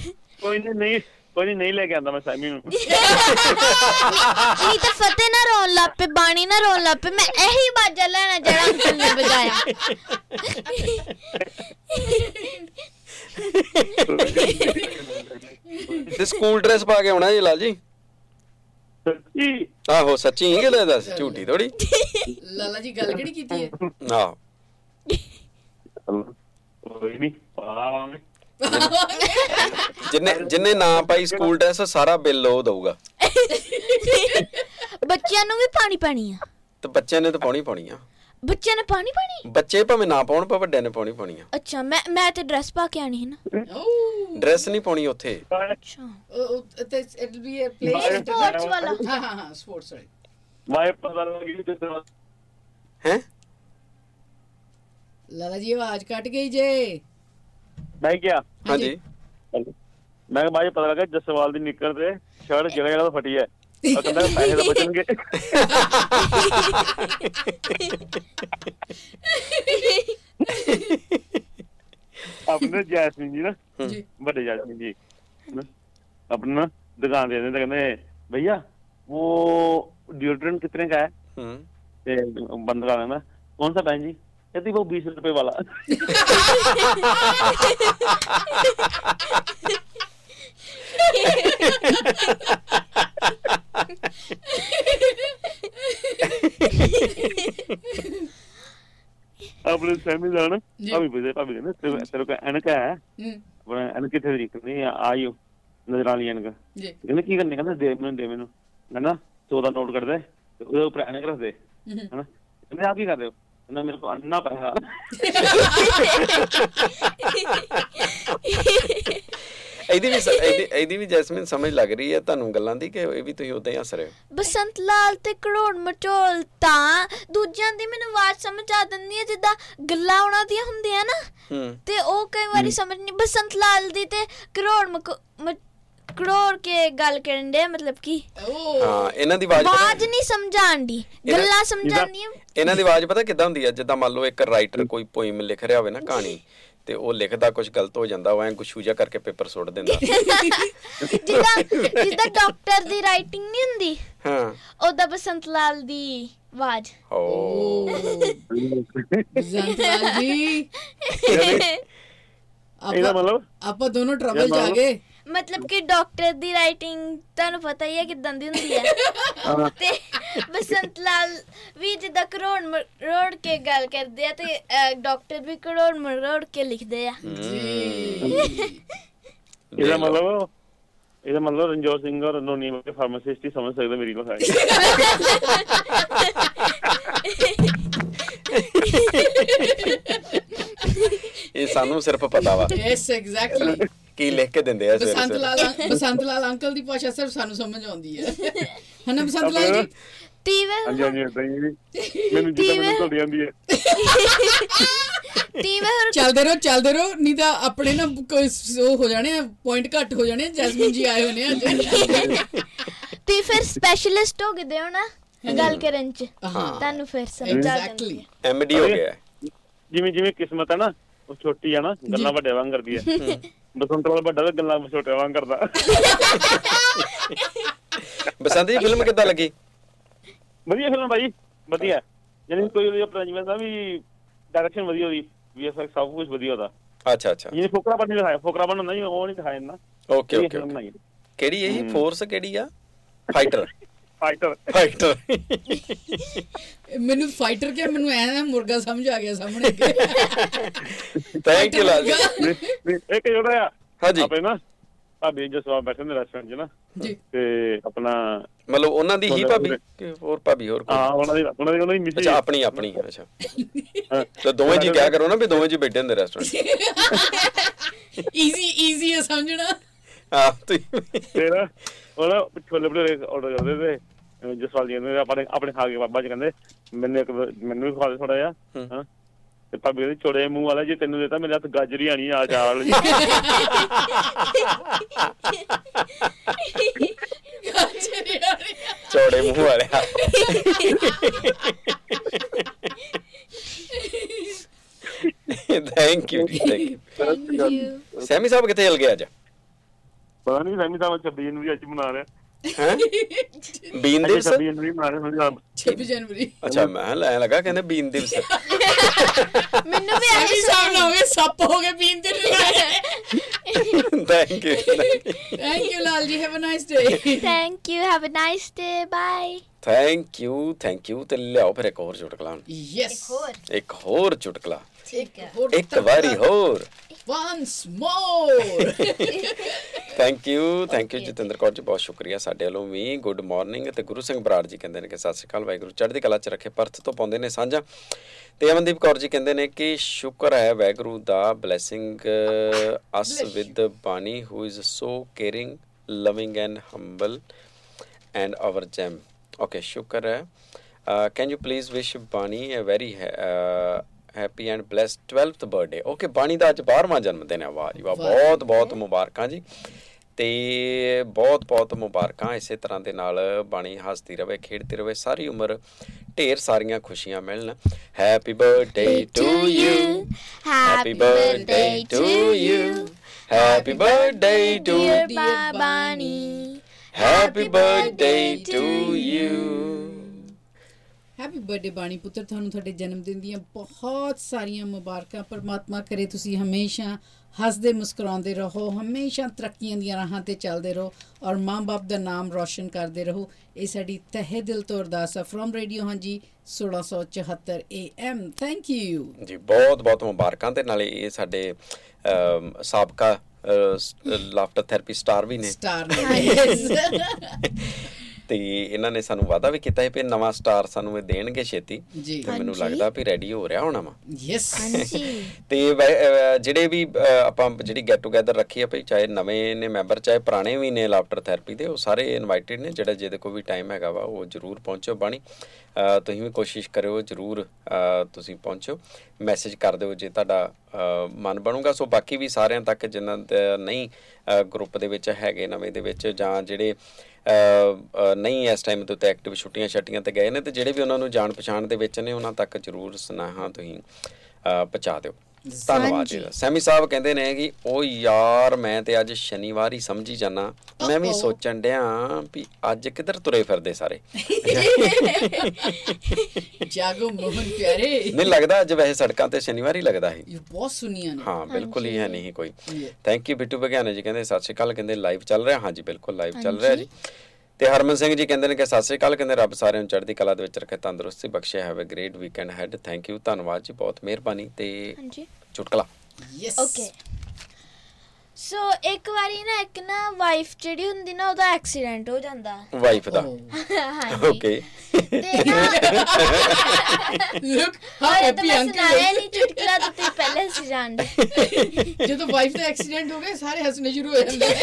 S7: ਕੋਈ ਨਹੀਂ ਨਹੀਂ ਕੋਈ ਨਹੀਂ, ਨਹੀਂ ਲੈ ਕੇ ਆਂਦਾ ਮੈਂ ਸਾਮੀ ਨੂੰ
S2: ਨਹੀਂ ਤਾਂ ਫਤਿਹ ਨਾ ਰੋਣ ਲੱਗ ਪਏ ਬਾਣੀ ਨਾ ਰੋਣ ਲੱਗ ਪਏ ਮੈਂ ਇਹੀ ਬਾਜਾ ਲੈਣਾ ਜਿਹੜਾ ਅੰਕਲ ਨੇ ਵਜਾਇਆ
S1: ਤੇ ਸਕੂਲ ਡਰੈਸ ਪਾ ਕੇ ਆਉਣਾ ਜੀ ਲਾਲ ਜੀ
S7: ਸੱਚੀ
S1: ਆਹੋ ਸੱਚੀ ਹੀ ਗੱਲ ਦੱਸ ਝੂਠੀ ਥੋੜੀ
S3: ਲਾਲਾ ਜੀ ਗੱਲ ਕਿਹੜੀ ਕੀਤੀ ਹੈ
S1: ਆਹੋ
S7: ਕੋਈ ਨਹੀਂ ਆਵਾਂਗੇ
S1: ਜਿੰਨੇ ਜਿੰਨੇ ਨਾ ਪਾਈ ਸਕੂਲ ਡਰੈਸ ਸਾਰਾ ਬਿੱਲ ਉਹ ਦਊਗਾ
S2: ਬੱਚਿਆਂ ਨੂੰ ਵੀ ਪਾਣੀ ਪਾਣੀ ਆ
S1: ਤੇ ਬੱਚਿਆਂ ਨੇ ਤਾਂ ਪਾਉਣੀ ਪਾਉਣੀ ਆ
S2: ਬੱਚਿਆਂ ਨੇ ਪਾਣੀ ਪਾਣੀ
S1: ਬੱਚੇ ਭਾਵੇਂ ਨਾ ਪਾਉਣ ਪਰ ਵੱਡਿਆਂ ਨੇ ਪਾਉਣੀ ਪਾਉਣੀ ਆ
S2: ਅੱਛਾ ਮੈਂ ਮੈਂ ਤੇ ਡਰੈਸ ਪਾ ਕੇ ਆਣੀ ਹੈ ਨਾ
S3: ਓ
S1: ਡਰੈਸ ਨਹੀਂ ਪਾਉਣੀ ਉੱਥੇ
S2: ਅੱਛਾ
S3: ਤੇ it be a play
S2: sports ਵਾਲਾ
S3: ਹਾਂ ਹਾਂ ਹਾਂ ਸਪੋਰਟਸ ਵਾਲੀ
S7: ਮੈਂ ਪਤਾ ਲੱਗੀ ਤੇ ਤੇਰਾ
S1: ਹੈ
S3: ਲਾਲਾ ਜੀ ਆਵਾਜ਼ ਕੱਟ ਗਈ ਜੇ
S7: ਮੈਂ ਕਿਹਾ
S1: ਹਾਂਜੀ
S7: ਮੈਂ ਕਿਹਾ ਭਾਈ ਪਤਾ ਲੱਗਾ ਜਸਵਾਲ ਦੀ ਨਿੱਕਰ ਤੇ ਸ਼ਰਟ ਜਗ੍ਹਾ ਜਗ੍ਹਾ ਤੋਂ ਫਟੀ ਹੈ ਉਹ ਕਹਿੰਦਾ ਪੈਸੇ ਤਾਂ ਬਚਣਗੇ ਆਪਣੇ ਜੈਸਮੀਨ ਜੀ ਨਾ
S3: ਜੀ
S7: ਵੱਡੇ ਜੈਸਮੀਨ ਜੀ ਨਾ, ਆਪਣਾ ਦੁਕਾਨ ਦੇ ਦਿੰਦੇ ਕਹਿੰਦੇ ਭਈਆ ਉਹ ਡੀਓਡਰੈਂਟ ਕਿਤਨੇ ਦਾ ਹੈ
S1: ਹੂੰ
S7: ਤੇ ਬੰਦ ਕਰ ਦਿੰਦਾ ਕੌਣ ਸਾ ਭੈਣ ਜੀ ਕਹਿੰਦੀ ਉਹ 20 ਰੁਪਏ ਵਾਲਾ ਆਪਣੇ ਸੈਮੀ ਦਾ ਨਾ
S3: ਜੀ।
S7: ਭਾਵੇਂ ਬੁਝੇ ਭਾਵੇਂ ਨਾ ਤੇਰੇ ਤੇਰੇ ਕੋ ਐਨਕ ਹੈ
S3: ਹਮ,
S7: ਬੜਾ ਐਨਕ ਕਿੱਥੇ ਦੀ ਕਹਿੰਦੀ ਆਇਓ ਨਜ਼ਰ ਵਾਲੀ ਐਨਕ
S3: ਜੀ
S7: ਕਹਿੰਦੇ ਕੀ ਕਰਨੇ ਕਹਿੰਦਾ ਦੇ ਮੈਨੂੰ ਦੇ ਮੈਨੂੰ ਕਹਿੰਦਾ 14 ਨੋਟ ਕੱਢ ਦੇ ਤੇ ਉਹਦੇ ਉੱਪਰ ਐਨਕ ਰੱਖ ਦੇ
S3: ਹਮ।
S7: ਹਨਾ ਕਹਿੰਦੇ ਆਪ ਕੀ ਕਰ ਰਹੇ ਹੋ ਕਹਿੰਦਾ ਮੇਰੇ ਕੋਲ ਅੰਨਾ ਪੈਸਾ
S1: ਇਹਦੀ ਵੀ ਸ- ਇਹਦੀ ਇਹਦੀ ਵੀ ਜੈਸਮੀਨ ਸਮਝ ਲੱਗ ਰਹੀ ਹੈ ਤੁਹਾਨੂੰ ਗੱਲਾਂ ਦੀ ਕਿ ਇਹ ਵੀ ਤੁਸੀਂ ਉਦਾਂ ਹੀ ਹੱਸ ਰਹੇ ਹੋ
S2: ਬਸੰਤ ਲਾਲ ਤੇ ਕਰੋੜ ਮਟੋਲ ਤਾਂ ਦੂਜਿਆਂ ਦੀ ਮੈਨੂੰ ਆਵਾਜ਼ ਸਮਝ ਆ ਦਿੰਦੀ ਹੈ ਜਿੱਦਾਂ ਗੱਲਾਂ ਉਹਨਾਂ ਦੀਆਂ ਹੁੰਦੀਆਂ ਨਾ
S1: ਹੂੰ
S2: ਤੇ ਉਹ ਕਈ ਵਾਰੀ ਸਮਝ ਨਹੀਂ ਬਸੰਤ ਲਾਲ ਦੀ ਤੇ ਕਰੋੜ ਮਕ- ਮ- ਕਰੋੜ ਕੇ ਗੱਲ ਕਰਨ ਦੇ ਮਤਲਬ ਕਿ
S3: ਓ
S1: ਹਾਂ ਇਹਨਾਂ ਦੀ ਆਵਾਜ਼ ਪਤਾ-
S2: ਆਵਾਜ਼ ਨਹੀਂ ਸਮਝਾਣ ਦੀ ਗੱਲਾਂ ਸਮਝਾਉਂਦੀ ਹੈ
S1: ਇਹਨਾਂ ਦੀ ਆਵਾਜ਼ ਪਤਾ ਕਿੱਦਾਂ ਹੁੰਦੀ ਹੈ ਜਿੱਦਾਂ ਮੰਨ ਲਓ ਇੱਕ ਰਾਈਟਰ ਕੋਈ ਪੋਇਮ ਲਿਖ ਰਿਹਾ ਹੋਵੇ ਨਾ ਕਹਾਣੀ ਤੇ ਉਹ ਲਿਖਦਾ ਕੁਝ ਗਲਤ ਹੋ ਜਾਂਦਾ ਉਹ ਐ ਗੁੱਸੂ ਜਿਹਾ ਕਰਕੇ ਪੇਪਰ ਸੁੱਟ ਦਿੰਦਾ
S2: ਜਿੱਦਾਂ ਜਿੱਦਾਂ ਡਾਕਟਰ ਦੀ ਰਾਈਟਿੰਗ ਨਹੀਂ ਹੁੰਦੀ
S1: ਹਾਂ
S2: ਉਹਦਾ ਬਸੰਤ ਲਾਲ ਦੀ बाद
S1: ਓ
S3: ਬਸੰਤਲਾਲ ਜੀ
S7: ਇਹਦਾ
S3: ਆਪਾਂ
S7: ਮਤਲਬ
S3: ਆਪਾਂ ਦੋਨੋਂ ਟਰਬਲ ਚ ਆ ਗਏ
S2: ਮਤਲਬ ਕਿ ਡਾਕਟਰ ਦੀ ਰਾਈਟਿੰਗ ਤੁਹਾਨੂੰ ਪਤਾ ਹੀ ਹੈ ਕਿਦਾਂ ਦੀ ਹੁੰਦੀ ਹੈ ਤੇ ਬਸੰਤ ਲਾਲ ਵੀ ਜਿੱਦਾਂ ਕਰੋੜ ਮਰੋੜ ਕੇ ਗੱਲ ਕਰਦੇ ਆ ਤੇ ਅਹ, ਡਾਕਟਰ ਵੀ ਕਰੋੜ ਮਰੋੜ ਕੇ ਲਿਖਦੇ ਆ
S7: ਇਹਦਾ ਮਤਲਬ ਇਹਦਾ ਮਤਲਬ ਰਣਜੋਤ ਸਿੰਘ ਔਰ ਨੋਨੀ ਵਰਗੇ ਫਾਰਮਾਸਿਸਟ ਹੀ ਸਮਝ ਸਕਦਾ ਮੇਰੀ ਨੂੰ ਸਾਰੀ
S1: ਇਹ ਸਾਨੂੰ ਸਿਰਫ ਪਤਾ ਵਾ
S3: ਯੈਸ ਐਗਜ਼ੈਕਟਲੀ
S1: ਕੀ ਲਿਖ ਕੇ ਦਿੰਦੇ ਆ ਸਵੇਰੇ
S3: ਬਸੰਤ
S1: ਸਵੇਰੇ
S3: ਲਾਲ ਬਸੰਤ ਲਾਲ ਅੰਕਲ ਦੀ ਭਾਸ਼ਾ ਸਿਰਫ ਸਾਨੂੰ ਸਮਝ ਆਉਂਦੀ ਹੈ ਹਨਾ ਬਸੰਤ ਲਾਲ ਜੀ
S7: ਹਾਂਜੀ
S2: ਟੀਵੀ
S7: ਹਾਂਜੀ ਏਦਾਂ ਹੀ ਮੈਨੂੰ ਜਿੱਦਾਂ ਮੈਨੂੰ ਤੁਹਾਡੀ ਆਉਂਦੀ ਹੈ
S2: ਟੀਵੀ ਹੋਰ
S3: ਚੱਲਦੇ ਰਹੋ ਚੱਲਦੇ ਰਹੋ ਨਹੀਂ ਤਾਂ ਆਪਣੇ ਨਾ ਕੋਈ ਸ- ਉਹ ਹੋ ਜਾਣੇ ਪੁਆਇੰਟ ਘੱਟ ਹੋ ਜਾਣੇ ਜੈਸਮੀਨ ਜੀ ਆਏ ਹੋਏ ਨੇ ਅੱਜ
S2: ਤੇ ਫਿਰ ਸਪੈਸ਼ਲਿਸਟ ਹੋ ਗਏ ਦੇ ਹੋ ਨਾ ਗੱਲ ਕਰਨ ਚ
S3: ਹਾਂ।
S2: ਤੁਹਾਨੂੰ ਫਿਰ ਸਮਝ ਆ ਜਾਂਦੀ
S3: ਐਗਜ਼ੈਕਟਲੀ
S2: ਹੈ
S1: ਐਮਡੀ ਹੋ ਗਿਆ ਹੈ।
S7: ਜਿਵੇਂ ਜਿਵੇਂ ਕਿਸਮਤ ਹੈ ਨਾ ਉਹ ਛੋਟੀ ਆ ਨਾ ਗੱਲਾਂ ਵੱਡੇ ਵਾਂਗ ਕਰਦੀ ਹੈ ਬਸੰਤ ਵਾਲਾ ਵੱਡਾ ਤੇ ਗੱਲਾਂ ਛੋਟੇ ਵਾਂਗ ਕਰਦਾ
S1: ਬਸੰਤ ਜੀ ਫਿਲਮ ਕਿੱਦਾਂ ਲੱਗੀ
S7: ਵਧੀਆ ਫਿਲਮ ਭਾਈ ਵਧੀਆ ਯਾਨੀ ਕੋਈ ਉਹਦੀ ਆਪਣਾ ਜਿਵੇਂ ਦਾ ਵੀ ਡਾਇਰੈਕਸ਼ਨ ਵਧੀਆ ਉਹਦੀ ਵੀਐਫਐਕਸ ਸਭ ਕੁਝ ਵਧੀਆ ਉਹਦਾ
S1: ਅੱਛਾ ਅੱਛਾ
S7: ਇਹ ਫੋਕਰਾ ਬਣ ਨਹੀਂ ਦਿਖਾਇਆ ਫੋਕਰਾ ਬਣ ਹੁੰਦਾ ਜੀ ਉਹ ਨਹੀਂ ਦਿਖਾਇਆ ਨਾ
S1: ਓਕੇ ਓਕੇ ਓਕੇ। ਕਿਹੜੀ ਇਹ ਫੋਰਸ ਕਿਹੜੀ ਆ ਫਾਈਟਰ
S7: ਫਾਈਟਰ
S1: ਫਾਈਟਰ
S3: ਮੈਨੂੰ ਫਾਈਟਰ ਕਿਹਾ ਮੈਨੂੰ ਐ ਨਾ ਮੁਰਗਾ ਸਮਝ ਆ ਗਿਆ ਸਾਹਮਣੇ ਅੱਗੇ।
S1: ਥੈਂਕ ਯੂ ਲਾਲ ਜੀ
S7: ਇੱਕ ਜਿਹੜਾ ਆ
S1: ਹਾਂਜੀ।
S7: ਆਪਣੇ ਨਾ ਭਾਬੀ ਜਸਵਾਬ ਬੈਠੇ ਨੇ ਰੈਸਟੋਰੈਂਟ 'ਚ ਨਾ
S3: ਜੀ
S7: ਤੇ ਆਪਣਾ
S1: ਮਤਲਬ ਉਹਨਾਂ ਦੀ ਹੀ ਭਾਬੀ ਕਿ ਹੋਰ ਭਾਬੀ ਹੋਰ
S7: ਆ
S1: ਕੋਈ
S7: ਉਹਨਾਂ ਦੀ ਉਹਨਾਂ ਦੀ ਉਹਨਾਂ ਦੀ ਮਿਸੀ
S1: ਅੱਛਾ ਆਪਣੀ ਆਪਣੀ ਅੱਛਾ ਤੇ ਦੋਵੇਂ ਜੀ ਕਿਆ ਕਰੋ ਨਾ ਵੀ ਦੋਵੇਂ ਜੀ ਬੈਠੇ ਹੁੰਦੇ ਰੈਸਟੋਰੈਂਟ
S3: ਈਜ਼ੀ ਈਜ਼ੀ ਹੈ ਸਮਝਣਾ
S1: ਆ ਤੁਸੀਂ
S7: ਫਿਰ ਉਹ ਨਾ ਛੋਲੇ ਭਟੂਰੇ ਆਰਡਰ ਕਰਦੇ ਤੇ ਅਹ ਜਸਵਾਲ ਜੀ ਨੇ ਆਪਣੇ ਆਪਣੇ ਖਾ ਕੇ ਬਾਬਾ ਜੀ ਕਹਿੰਦੇ ਮੈਨੂੰ ਇੱਕ ਮੈਨੂੰ ਵੀ ਖਵਾ ਦੇ ਥੋੜਾ ਜਿਹਾ ਹਾਂ ਤੇ ਭਾਬੀ ਦੇ ਛੋੜੇ ਮੂੰਹ ਵਾਲਾ ਜੇ ਤੈਨੂੰ ਦੇਤਾ ਮੇਰੇ ਹੱਥ ਗਾਜਰੀ ਆਣੀ ਆ ਚਾਰ ਵਾਲੀ
S1: ਚੌੜੇ ਮੂੰਹ ਵਾਲਿਆ ਥੈਂਕ ਯੂ ਜੀ thank you।
S2: Thank you
S1: Sammy ਸਾਹਿਬ ਕਿੱਥੇ ਚਲ ਗਏ ਅੱਜ
S7: ਪਤਾ ਨਹੀਂ ਸੈਮੀ ਸਾਹਿਬ 26 ਜਨਵਰੀ ਅੱਜ ਮਨਾ ਰਿਹਾ
S1: ਹੈ ਬੀਨ
S7: ਅੱਜ
S1: ਦਿਵਸ
S7: 26 ਜਨਵਰੀ ਮਨਾ ਰਿਹਾ ਸਮਝਾ
S3: 26 ਜਨਵਰੀ
S1: ਅੱਛਾ ਮੈਂ ਲੈ ਲੱਗਾ ਕਹਿੰਦੇ ਬੀਨ ਦਿਵਸ
S2: ਮੈਨੂੰ ਵੀ
S3: ਐਵੇਂ
S2: ਐਵੇਂ
S3: ਸਾਹਮਣਾ
S2: ਸੁਣਿਆ
S3: ਹੋ ਗਏ ਸੱਪ ਹੋ ਗਏ ਪੀਂਦੇ ਨੇ
S1: thank you
S3: thank you Lal ji have a nice day
S2: thank you have a nice day bye
S1: thank you thank you ਤੇ ਲਿਆਓ ਫਿਰ ਇੱਕ ਹੋਰ ਚੁਟਕਲਾ
S3: ਯੈਸ
S1: ਇੱਕ ਹੋਰ ਚੁਟਕਲਾ
S3: ਇੱਕ ਹੋਰ
S1: ਇੱਕ ਵਾਰੀ ਹੋਰ
S3: once more
S1: thank you thank you Jatinder Kaur ji ਬਹੁਤ ਸ਼ੁਕਰੀਆ ਸਾਡੇ ਵੱਲੋਂ ਵੀ ਗੁੱਡ ਮਾਰਨਿੰਗ ਤੇ ਗੁਰੂ ਸਿੰਘ ਬਰਾੜ ਜੀ ਕਹਿੰਦੇ ਨੇ ਕਿ ਸਤਿ ਸ਼੍ਰੀ ਅਕਾਲ ਵਾਹਿਗੁਰੂ ਚੜ੍ਹਦੀ ਕਲਾ ਚ ਰੱਖੇ ਪਰਥ ਤੋਂ ਪਾਉਂਦੇ ਨੇ ਸਾਂਝਾ ਤੇ ਅਮਨਦੀਪ ਕੌਰ ਜੀ ਕਹਿੰਦੇ ਨੇ ਕਿ ਸ਼ੁਕਰ ਹੈ ਵਾਹਿਗੁਰੂ ਦਾ blessing us with Bani who is so caring loving and humble and our gem. Okay, Shukar. hai. Uh, can you please wish Bani a very ha- uh, happy and blessed 12th birthday? Okay, Bani ਦਾ ਅੱਜ 12ਵਾਂ ਜਨਮ ਦਿਨ ਹੈ ਵਾਹ ਜੀ ਵਾਹ ਬਹੁਤ ਬਹੁਤ ਮੁਬਾਰਕਾਂ ਜੀ ਤੇ ਬਹੁਤ ਬਹੁਤ ਮੁਬਾਰਕਾਂ ਇਸੇ ਤਰ੍ਹਾਂ ਦੇ ਨਾਲ ਬਾਣੀ ਹੱਸਦੀ ਰਵੇ ਖੇਡਦੀ ਰਵੇ ਸਾਰੀ ਉਮਰ ਢੇਰ ਸਾਰੀਆਂ ਖੁਸ਼ੀਆਂ ਮਿਲਣ happy birthday to you
S2: happy birthday to you
S1: happy birthday to
S2: dear Babani
S1: happy birthday to you
S3: happy birthday Bani ਪੁੱਤਰ ਤੁਹਾਨੂੰ ਤੁਹਾਡੇ ਜਨਮ ਦਿਨ ਦੀਆਂ ਬਹੁਤ ਸਾਰੀਆਂ ਮੁਬਾਰਕਾਂ ਪਰਮਾਤਮਾ ਕਰੇ ਤੁਸੀਂ ਹਮੇਸ਼ਾ ਹੱਸਦੇ ਮੁਸਕਰਾਉਂਦੇ ਰਹੋ ਹਮੇਸ਼ਾ ਤਰੱਕੀਆਂ ਦੀਆਂ ਰਾਹਾਂ ਤੇ ਚੱਲਦੇ ਰਹੋ ਔਰ ਮਾਂ-ਬਾਪ ਦਾ ਨਾਮ ਰੌਸ਼ਨ ਕਰਦੇ ਰਹੋ ਇਹ ਸਾਡੀ ਤਹਿ ਦਿਲ ਤੋਂ ਅਰਦਾਸ ਹੈ ਫਰਮ ਰੇਡੀਓ ਹਾਂਜੀ 1674 AM ਥੈਂਕ ਯੂ
S1: ਜੀ ਬਹੁਤ ਬਹੁਤ ਮੁਬਾਰਕਾਂ ਤੇ ਨਾਲੇ ਇਹ ਸਾਡੇ ਅਮ, ਸਾਬਕਾ ਲਾਫਟਰ ਥੈਰੇਪੀ ਸਟਾਰ ਵੀ ਨੇ
S3: ਸਟਾਰ ਨੇ
S1: ਤੇ ਇਹਨਾਂ ਨੇ ਸਾਨੂੰ ਵਾਅਦਾ ਵੀ ਕੀਤਾ ਹੈ ਕਿ ਨਵਾਂ ਸਟਾਰ ਸਾਨੂੰ ਇਹ ਦੇਣਗੇ ਛੇਤੀ
S3: ਜੀ।
S1: ਤੇ ਮੈਨੂੰ ਲੱਗਦਾ ਵੀ ਰੈਡੀ ਹੋ ਰਿਹਾ ਹੋਣਾ ਵਾ
S3: ਯੈਸ
S1: ਤੇ ਵੈ- ਅਹ, ਜਿਹੜੇ ਵੀ ਅਹ, ਆਪਾਂ ਜਿਹੜੀ ਗੈਟ ਟੂਗੇਦਰ ਰੱਖੀ ਆ ਭਈ ਚਾਹੇ ਨਵੇਂ ਨੇ ਮੈਂਬਰ ਚਾਹੇ ਪੁਰਾਣੇ ਵੀ ਨੇ ਲਾਫਟਰ ਥੈਰੇਪੀ ਦੇ ਉਹ ਸਾਰੇ ਇਨਵਾਈਟਿਡ ਨੇ ਜਿਹੜਾ ਜਿਹਦੇ ਕੋਲ ਵੀ ਟਾਈਮ ਹੈਗਾ ਵਾ ਉਹ ਜਰੂਰ ਪਹੁੰਚੋ ਬਾਣੀ ਅਹ, ਤੁਸੀਂ ਵੀ ਕੋਸ਼ਿਸ਼ ਕਰਿਓ ਜਰੂਰ ਅਹ, ਤੁਸੀਂ ਪਹੁੰਚੋ ਮੈਸੇਜ ਕਰ ਦਿਓ ਜੇ ਤੁਹਾਡਾ ਅਹ, ਮਨ ਬਣੂਗਾ ਸੋ ਬਾਕੀ ਵੀ ਸਾਰਿਆਂ ਤੱਕ ਜਿਨ੍ਹਾਂ ਦਾ ਨਹੀਂ ਗਰੁੱਪ ਦੇ ਵਿੱਚ ਹੈਗੇ ਨਵੇਂ ਦੇ ਵਿੱਚ ਜਾਂ ਜਿਹੜੇ ਅਹ, ਅਹ, ਨਹੀਂ ਇਸ ਟਾਈਮ ਤੇ ਉੱਤੇ ਐਕਟਿਵ ਛੁੱਟੀਆਂ ਛੱਟੀਆਂ ਤੇ ਗਏ ਨੇ ਤੇ ਜਿਹੜੇ ਵੀ ਉਹਨਾਂ ਨੂੰ ਜਾਣ ਪਛਾਣ ਦੇ ਵਿੱਚ ਨੇ ਉਹਨਾਂ ਤੱਕ ਜਰੂਰ ਸੁਨਾਹਾ ਤੁਸੀਂ ਅਹ ਪਹੁੰਚਾ ਦਿਓ ਧੰਨਵਾਦ ਜੀ ਸੈਮੀ ਸਾਹਿਬ ਕਹਿੰਦੇ ਨੇ ਕਿ ਉਹ ਯਾਰ ਮੈਂ ਤੇ ਅੱਜ ਸ਼ਨੀਵਾਰ ਹੀ ਸਮਝੀ ਜਾਣਾ ਮੈਂ ਵੀ ਸੋਚਣ ਡਿਆ ਵੀ ਅੱਜ ਕਿੱਧਰ ਤੁਰੇ ਫਿਰਦੇ ਸਾਰੇ
S3: ਜਾਗੋ ਮੋਹਨ ਪਿਆਰੇ
S1: ਨਹੀਂ ਲੱਗਦਾ ਅੱਜ ਵੈਸੇ ਸੜਕਾਂ ਤੇ ਸ਼ਨੀਵਾਰ ਹੀ ਲੱਗਦਾ ਹੈ
S3: ਇਹ ਬਹੁਤ ਸੁਣੀਆਂ ਨੇ
S1: ਹਾਂ ਬਿਲਕੁਲ ਹੀ ਹੈ ਨਹੀਂ ਕੋਈ
S3: ਜੀ।
S1: ਥੈਂਕ ਯੂ ਬਿੱਟੂ ਬਗਿਆਨੇ ਜੀ ਕਹਿੰਦੇ ਸਤਿ ਸ਼੍ਰੀ ਅਕਾਲ ਕਹਿੰਦੇ ਲਾਈਵ ਚੱਲ ਰਿਹਾ ਹਾਂਜੀ ਬਿਲਕੁਲ ਲਾਈਵ ਚੱਲ ਰਿਹਾ ਜੀ ਤੇ ਹਰਮਨ ਸਿੰਘ ਜੀ ਕਹਿੰਦੇ ਨੇ ਕਿ ਸਤਿ ਸ਼੍ਰੀ ਅਕਾਲ ਕਹਿੰਦੇ ਰੱਬ ਸਾਰਿਆਂ ਨੂੰ ਚੜ੍ਹਦੀ ਕਲਾ ਦੇ ਵਿੱਚ ਰੱਖੇ ਤੰਦਰੁਸਤੀ ਬਖਸ਼ੇ ਹੈਵ ਅ ਗ੍ਰੇਟ ਵੀਕਐਂਡ ਹੈਡ ਥੈਂਕ ਯੂ ਧੰਨਵਾਦ ਜੀ ਬਹੁਤ ਮਿਹਰਬਾਨੀ ਤੇ
S2: ਹਾਂਜੀ
S1: ਚੁਟਕਲਾ
S3: ਯੈਸ
S2: ਓਕੇ ਸੋ ਇੱਕ ਵਾਰੀ ਨਾ ਇੱਕ ਨਾ ਵਾਈਫ ਜਿਹੜੀ ਹੁੰਦੀ ਨਾ ਉਹਦਾ ਐਕਸੀਡੈਂਟ ਹੋ ਜਾਂਦਾ
S1: ਵਾਈਫ
S3: Oh।
S1: ਦਾ
S2: ਹਾਂਜੀ
S1: ਓਕੇ
S2: ਤੇ ਨਾ
S3: ਲੁੱਕ ਹਾਂ
S2: ਹਾਏ ਤਾਂ
S3: ਹੈਪੀ
S2: ਮੈਂ ਸੁਣਾਇਆ ਹੀ
S3: ਅੰਕਲ
S2: ਨਹੀਂ ਚੁਟਕਲਾ ਤਾਂ ਤੁਸੀਂ ਪਹਿਲਾਂ ਸੀ ਜਾਣਦੇ
S3: ਜਦੋਂ ਵਾਈਫ ਦਾ ਐਕਸੀਡੈਂਟ ਹੋ ਗਿਆ ਸਾਰੇ ਹੱਸਣੇ ਸ਼ੁਰੂ ਹੋ ਜਾਂਦੇ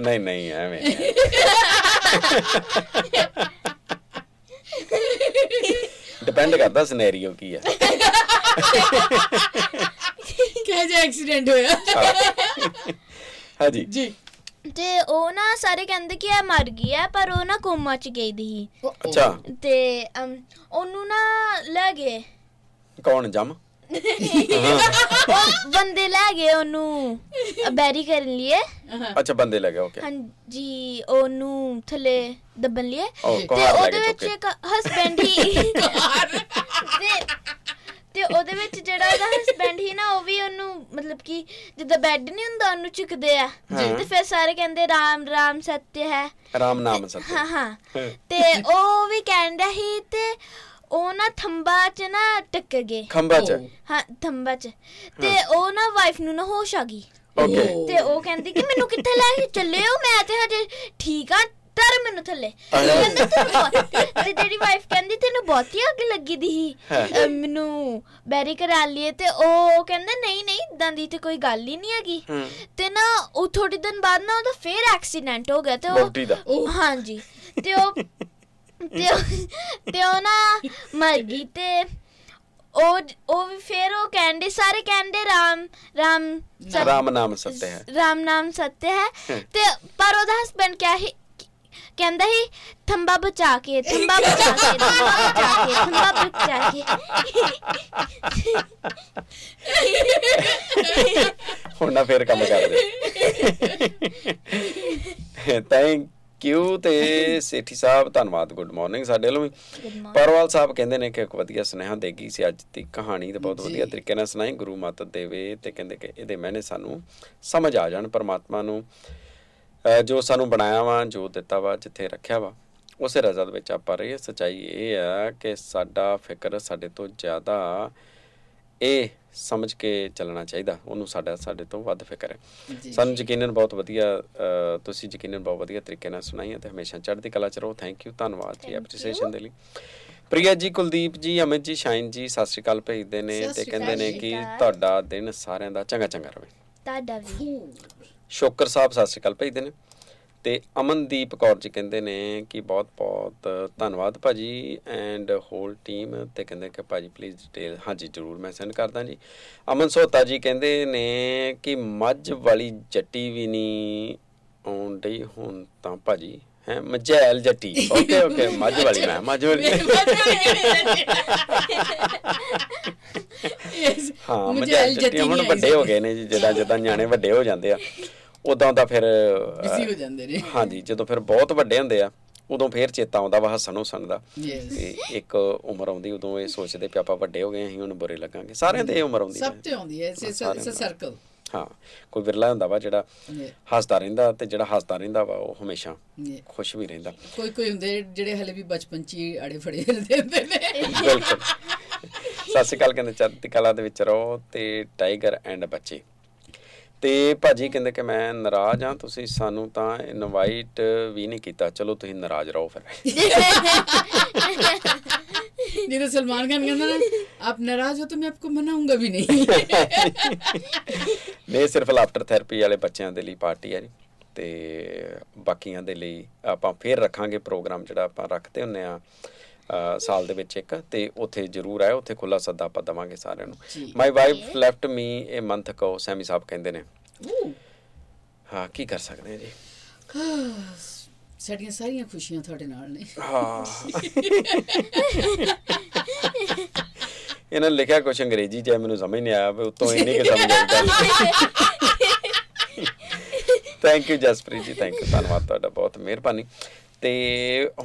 S3: ਨੇ
S1: ਨਹੀਂ ਨਹੀਂ ਐਵੇਂ ਨਹੀਂ। ਡਿਪੈਂਡ ਕਰਦਾ ਸਿਨੈਰੀਓ ਕੀ ਹੈ
S3: ਕਿਹ ਜੇ ਐਕਸੀਡੈਂਟ ਹੋਇਆ
S1: ਹਾਂਜੀ
S3: ਜੀ
S2: ਤੇ ਉਹ ਨਾ ਸਾਰੇ ਕਹਿੰਦੇ ਕਿ ਇਹ ਮਰ ਗਈ ਹੈ ਪਰ ਉਹ ਨਾ ਕੋਮਾ ਚ ਗਈ ਦੀ ਸੀ।
S3: ਉਹ- ਉਹ-
S1: ਅੱਛਾ
S2: ਤੇ ਅਮ, ਉਹਨੂੰ ਨਾ ਲੈ ਗਏ
S1: ਕੌਣ ਜਮ
S2: ਉਹ ਬੰਦੇ ਲੈ ਗਏ ਉਹਨੂੰ ਬੈਰੀ ਕਰਨ ਲਈ
S3: Uh-huh।
S1: ਅੱਛਾ ਬੰਦੇ ਲੱਗੇ ਓਕੇ
S2: ਹਾਂਜੀ ਉਹਨੂੰ ਥੱਲੇ ਦੱਬਣ ਲਈ
S1: ਉਹ
S2: ਤੇ
S1: ਕੋਹਾਰ
S2: ਉਹਦੇ
S1: ਲੱਗੇ
S2: ਵਿੱਚ
S1: ਚੁੱਕੇ
S2: ਇੱਕ ਹਸਬੈਂਡ ਹੀ ਤੇ ਤੇ ਉਹਦੇ ਵਿੱਚ ਜਿਹੜਾ ਉਹਦਾ ਹਸਬੈਂਡ ਹੀ ਨਾ ਉਹ ਵੀ ਉਹਨੂੰ ਮਤਲਬ ਕਿ ਜਿੱਦਾਂ ਬੈੱਡ ਨਹੀਂ ਹੁੰਦਾ ਉਹਨੂੰ ਚੁੱਕਦੇ ਆ
S1: ਹਾਂ।
S2: ਤੇ ਫਿਰ ਸਾਰੇ ਕਹਿੰਦੇ ਰਾਮ ਰਾਮ ਸੱਤਿਆ ਹੈ
S1: ਰਾਮ ਨਾਮ ਸਤਿ
S2: ਹਾਂ ਹਾਂ ਤੇ ਉਹ ਵੀ ਕਹਿੰਦਾ ਹੀ ਤੇ ਉਹ ਨਾ ਥੰਬਾ ਚ ਨਾ ਟਿਕ ਗਏ
S1: ਖੰਭਾ ਚ
S2: ਹਾਂ ਥੰਬਾ ਚ ਤੇ ਉਹ ਨਾ ਵਾਈਫ ਨੂੰ ਨਾ ਹੋਸ਼ ਆ ਗਈ
S1: ਓਕੇ
S3: ਉਹ-
S2: ਤੇ ਉਹ ਕਹਿੰਦੀ ਕਿ ਮੈਨੂੰ ਕਿੱਥੇ ਲੈ ਕੇ ਚੱਲੇ ਹੋ ਮੈਂ ਤੇ ਹਜੇ ਠੀਕ ਆ ਤਰ ਮੈਨੂੰ ਥੱਲੇ ਉਹ ਕਹਿੰਦਾ ਤੂੰ ਬਹੁਤ- ਤੇ ਜਿਹੜੀ ਵਾਈਫ ਕਹਿੰਦੀ ਤੈਨੂੰ ਬਹੁਤੀ ਅੱਗ ਲੱਗੀ ਦੀ ਸੀ। ਅਹ ਮੈਨੂੰ ਬੈਰੀ ਕਰਾ ਲਈਏ ਤੇ ਉਹ ਕਹਿੰਦਾ ਨਹੀਂ ਨਹੀਂ ਇਦਾਂ ਦੀ ਤੇ ਕੋਈ ਗੱਲ ਹੀ ਨਹੀਂ ਹੈਗੀ ਤੇ ਨਾ ਉਹ ਥੋੜੇ ਦਿਨ ਬਾਅਦ ਨਾ ਉਹਦਾ ਫੇਰ ਐਕਸੀਡੈਂਟ ਹੋ ਗਿਆ ਤੇ
S1: ਬੌਡੀ ਦਾ
S2: ਉਹ ਹਾਂਜੀ ਤੇ ਉਹ ਤੇ ਉਹ- ਤੇ ਉਹ ਨਾ ਮਰ ਗਈ ਤੇ ਉਹ ਉਹ ਵੀ ਫੇਰ ਉਹ ਕਹਿੰਦੇ ਸਾਰੇ ਕਹਿੰਦੇ ਰਾਮ ਰਾਮ ਸਤ-
S1: ਰਾਮ ਨਾਮ ਸਤਿ ਹੈ
S2: ਰਾਮ ਨਾਮ ਸੱਤੇ ਹੈ ਤੇ ਪਰ ਉਹਦਾ ਹਸਬੰਡ ਕਿਆ ਹੀ ਕਹਿੰਦਾ ਹੀ ਥੰਬਾ ਬਚਾ ਕੇ ਥੰਬਾ ਬਚਾ ਕੇ ਥੰਬਾ ਬਚਾ ਕੇ ਥੰਬਾ ਬਚਾ ਕੇ
S1: ਹੁਣ ਨਾ ਫੇਰ ਕੰਮ ਕਰਦੇ ਥੈਂਕ ਯੂ ਤੇ ਸੇਠੀ ਸਾਹਿਬ ਧੰਨਵਾਦ ਗੁੱਡ ਮਾਰਨਿੰਗ ਸਾਡੇ ਵੱਲੋਂ ਵੀ ਪਰਵਾਲ ਸਾਹਿਬ ਕਹਿੰਦੇ ਨੇ ਕਿ ਇੱਕ ਵਧੀਆ ਸੁਨੇਹਾ ਦੇਗੀ ਸੀ ਅੱਜ ਦੀ ਕਹਾਣੀ ਤੇ ਬਹੁਤ ਵਧੀਆ ਤਰੀਕੇ ਨਾਲ ਸੁਣਾਈ ਗੁਰੂ ਮਾਤਾ ਦੇਵੇ ਤੇ ਕਹਿੰਦੇ ਕਿ ਇਹਦੇ ਮੈਨੇ ਸਾਨੂੰ ਸਮਝ ਆ ਜਾਣ ਪਰਮਾਤਮਾ ਨੂੰ ਅਹ ਜੋ ਸਾਨੂੰ ਬਣਾਇਆ ਵਾ ਜੋ ਦਿੱਤਾ ਵਾ ਜਿੱਥੇ ਰੱਖਿਆ ਵਾ ਉਸੇ ਰਜ਼ਾ ਦੇ ਵਿੱਚ ਆਪਾਂ ਰਹੀਏ ਸਚਾਈ ਇਹ ਆ ਕਿ ਸਾਡਾ ਫਿਕਰ ਸਾਡੇ ਤੋਂ ਜ਼ਿਆਦਾ ਇਹ ਸਮਝ ਕੇ ਚੱਲਣਾ ਚਾਹੀਦਾ ਉਹਨੂੰ ਸਾਡਾ ਸਾਡੇ ਤੋਂ ਵੱਧ ਫਿਕਰ ਹੈ ਸਾਨੂੰ ਯਕੀਨਨ ਬਹੁਤ ਵਧੀਆ ਅ, ਤੁਸੀਂ ਯਕੀਨਨ ਬਹੁਤ ਵਧੀਆ ਤਰੀਕੇ ਨਾਲ ਸੁਣਾਈਆਂ ਤੇ ਹਮੇਸ਼ਾ ਚੜ੍ਹਦੀ ਕਲਾ ਚ ਰਹੋ ਥੈਂਕ ਯੂ ਧੰਨਵਾਦ ਜੀ ਐਪਰੀਸੀਏਸ਼ਨ ਦੇ ਲਈ ਪ੍ਰਿਆ ਜੀ ਕੁਲਦੀਪ ਜੀ ਅਮਿਤ ਜੀ ਸ਼ਾਇਨ ਜੀ ਸਤਿ ਸ਼੍ਰੀ ਅਕਾਲ ਭੇਜਦੇ ਨੇ
S3: ਸਤਿ
S1: ਤੇ
S3: ਸ਼੍ਰੀ
S1: ਕਹਿੰਦੇ ਨੇ
S3: ਅਕਾਲ।
S1: ਕਿ ਤੁਹਾਡਾ ਦਿਨ ਸਾਰਿਆਂ ਦਾ ਚੰਗਾ ਚੰਗਾ ਰਹੇ
S2: ਤੁਹਾਡਾ ਵੀ
S1: ਸ਼ੋਕਰ ਸਾਹਿਬ ਸਤਿ ਸ਼੍ਰੀ ਅਕਾਲ ਭੇਜਦੇ ਨੇ ਤੇ ਅਮਨਦੀਪ ਕੌਰ ਜੀ ਕਹਿੰਦੇ ਨੇ ਕਿ ਬਹੁਤ ਬਹੁਤ ਧੰਨਵਾਦ ਭਾਜੀ ਐਂਡ ਹੋਲ ਟੀਮ ਤੇ ਕਹਿੰਦੇ ਕਿ ਭਾਜੀ ਪਲੀਜ਼ ਡਿਟੇਲ ਹਾਂਜੀ ਜਰੂਰ ਮੈਂ ਸੈਂਡ ਕਰਦਾ ਜੀ ਅਮਨ ਸੋਤਾ ਜੀ ਕਹਿੰਦੇ ਨੇ ਕਿ ਮੱਝ ਵਾਲੀ ਜੱਟੀ ਵੀ ਨਹੀਂ ਆਉਣ ਡਈ ਹੁਣ ਤਾਂ ਭਾਜੀ ਹੈ ਮਜੈਲ ਜੱਟੀ ਓਕੇ ਓਕੇ ਮੱਝ ਵਾਲੀ ਮੈਂ ਮੱਝ ਵਾਲੀ
S3: Yes,
S1: ਹਾਂ
S3: ਮੁਝੇ
S1: ਮਜੈਲ ਜੱਟੀ
S3: ਨਹੀਂ
S1: ਹੁਣ
S3: ਆਈ
S1: ਵੱਡੇ ਹੋ ਗਏ ਨੇ ਜੀ ਜਿੱਦਾਂ ਜਿੱਦਾਂ ਨਿਆਣੇ ਵੱਡੇ ਹੋ ਜਾਂਦੇ ਆ ਉਦਾਂ ਦਾ ਫਿਰ
S3: Busy ਹੋ ਜਾਂਦੇ ਨੇ
S1: ਹਾਂਜੀ ਜਦੋਂ ਫਿਰ ਬਹੁਤ ਵੱਡੇ ਹੁੰਦੇ ਆ ਉਦੋਂ ਫਿਰ ਚੇਤਾ ਆਉਂਦਾ ਵਾ ਹੱਸਣ ਹੁਸਣ ਦਾ
S3: Yes.
S1: ਤੇ ਇੱਕ ਉਮਰ ਆਉਂਦੀ ਉਦੋਂ ਇਹ ਸੋਚਦੇ ਵੀ ਆਪਾਂ ਵੱਡੇ ਹੋ ਗਏ ਅਸੀਂ ਹੁਣ ਬੁਰੇ ਲੱਗਾਂਗੇ ਸਾਰਿਆਂ ਤੇ ਇਹ ਉਮਰ ਆਉਂਦੀ
S3: ਸਭ
S1: ਹੈ
S3: ਤੇ ਆਉਂਦੀ ਹੈ ਇਟਸ ਇਟਸ ਸਰਕਲ
S1: ਹਾਂ ਕੋਈ ਵਿਰਲਾ ਹੁੰਦਾ ਵਾ ਜਿਹੜਾ ਹੱਸਦਾ ਰਹਿੰਦਾ ਤੇ ਜਿਹੜਾ ਹੱਸਦਾ ਰਹਿੰਦਾ ਵਾ ਉਹ ਹਮੇਸ਼ਾ ਖੁਸ਼ ਵੀ ਰਹਿੰਦਾ
S3: ਕੋਈ ਕੋਈ ਹੁੰਦੇ ਜਿਹੜੇ ਹਲੇ ਵੀ ਬਚਪਨ ਚ ਹੀ ਅੜੇ ਫੜੇ ਰਹਿੰਦੇ ਹੁੰਦੇ ਨੇ
S1: ਬਿਲਕੁਲ ਸਤਿ ਸ਼੍ਰੀ ਅਕਾਲ ਕਹਿੰਦੇ ਚੜ੍ਹਦੀ ਕਲਾ ਦੇ ਵਿੱਚ ਰਹੋ ਤੇ ਟਾਈਗਰ ਐਂਡ ਬੱਚੇ ਤੇ ਭਾਜੀ ਕਹਿੰਦੇ ਕਿ ਮੈਂ ਨਾਰਾਜ਼ ਹਾਂ ਤੁਸੀਂ ਸਾਨੂੰ ਤਾਂ ਇਨਵਾਈਟ ਵੀ ਨਹੀਂ ਕੀਤਾ ਚਲੋ ਤੁਸੀਂ ਨਾਰਾਜ਼ ਰਹੋ ਫਿਰ
S3: ਨਹੀਂ ਤਾਂ ਸਲਮਾਨ ਖਾਨ ਕਹਿੰਦਾ ਨਾ ਆਪ ਨਾਰਾਜ਼ ਹੋ ਤਾਂ ਮੈਂ ਆਪਕੋ ਮਨਾਉਂਗਾ ਵੀ ਨਹੀਂ
S1: ਇਹ ਸਿਰਫ ਲਾਫਟਰ ਥੈਰੇਪੀ ਵਾਲੇ ਬੱਚਿਆਂ ਦੇ ਲਈ ਪਾਰਟੀ ਹੈ ਜੀ ਤੇ ਬਾਕੀਆਂ ਦੇ ਲਈ ਆਪਾਂ ਫੇਰ ਰੱਖਾਂਗੇ ਪ੍ਰੋਗਰਾਮ ਜਿਹੜਾ ਆਪਾਂ ਰੱਖਦੇ ਹੁੰਨੇ ਆ ਅ, ਸਾਲ ਦੇ ਵਿੱਚ ਇੱਕ ਤੇ ਉੱਥੇ ਜ਼ਰੂਰ ਆਇਓ ਉੱਥੇ ਖੁੱਲਾ ਸੱਦਾ ਆਪਾਂ ਦਵਾਂਗੇ ਸਾਰਿਆਂ ਨੂੰ ਮਾਈ ਵਾਈਫ ਲੈਫਟ ਮੀ ਇਹ ਮੰਥ ਕੋ ਸੈਮੀ ਸਾਹਿਬ ਕਹਿੰਦੇ ਨੇ ਹਾਂ ਕੀ ਕਰ ਸਕਦੇ ਹਾਂ ਜੀ
S3: ਸਾਡੀਆਂ ਸਾਰੀਆਂ ਖੁਸ਼ੀਆਂ ਤੁਹਾਡੇ ਨਾਲ ਨੇ
S1: ਹਾਂ ਇਹਨਾਂ ਨੇ ਲਿਖਿਆ ਕੁਝ ਅੰਗਰੇਜ਼ੀ ਚ ਹੈ, ਮੈਨੂੰ ਸਮਝ ਨਹੀਂ ਆਇਆ ਵੀ ਉਤੋਂ ਇੰਨੀ ਕਿ ਸਮਝ ਆਉਂਦਾ thank you Jaspreet ji thank you ਧੰਨਵਾਦ ਤੁਹਾਡਾ ਬਹੁਤ ਮਿਹਰਬਾਨੀ ਤੇ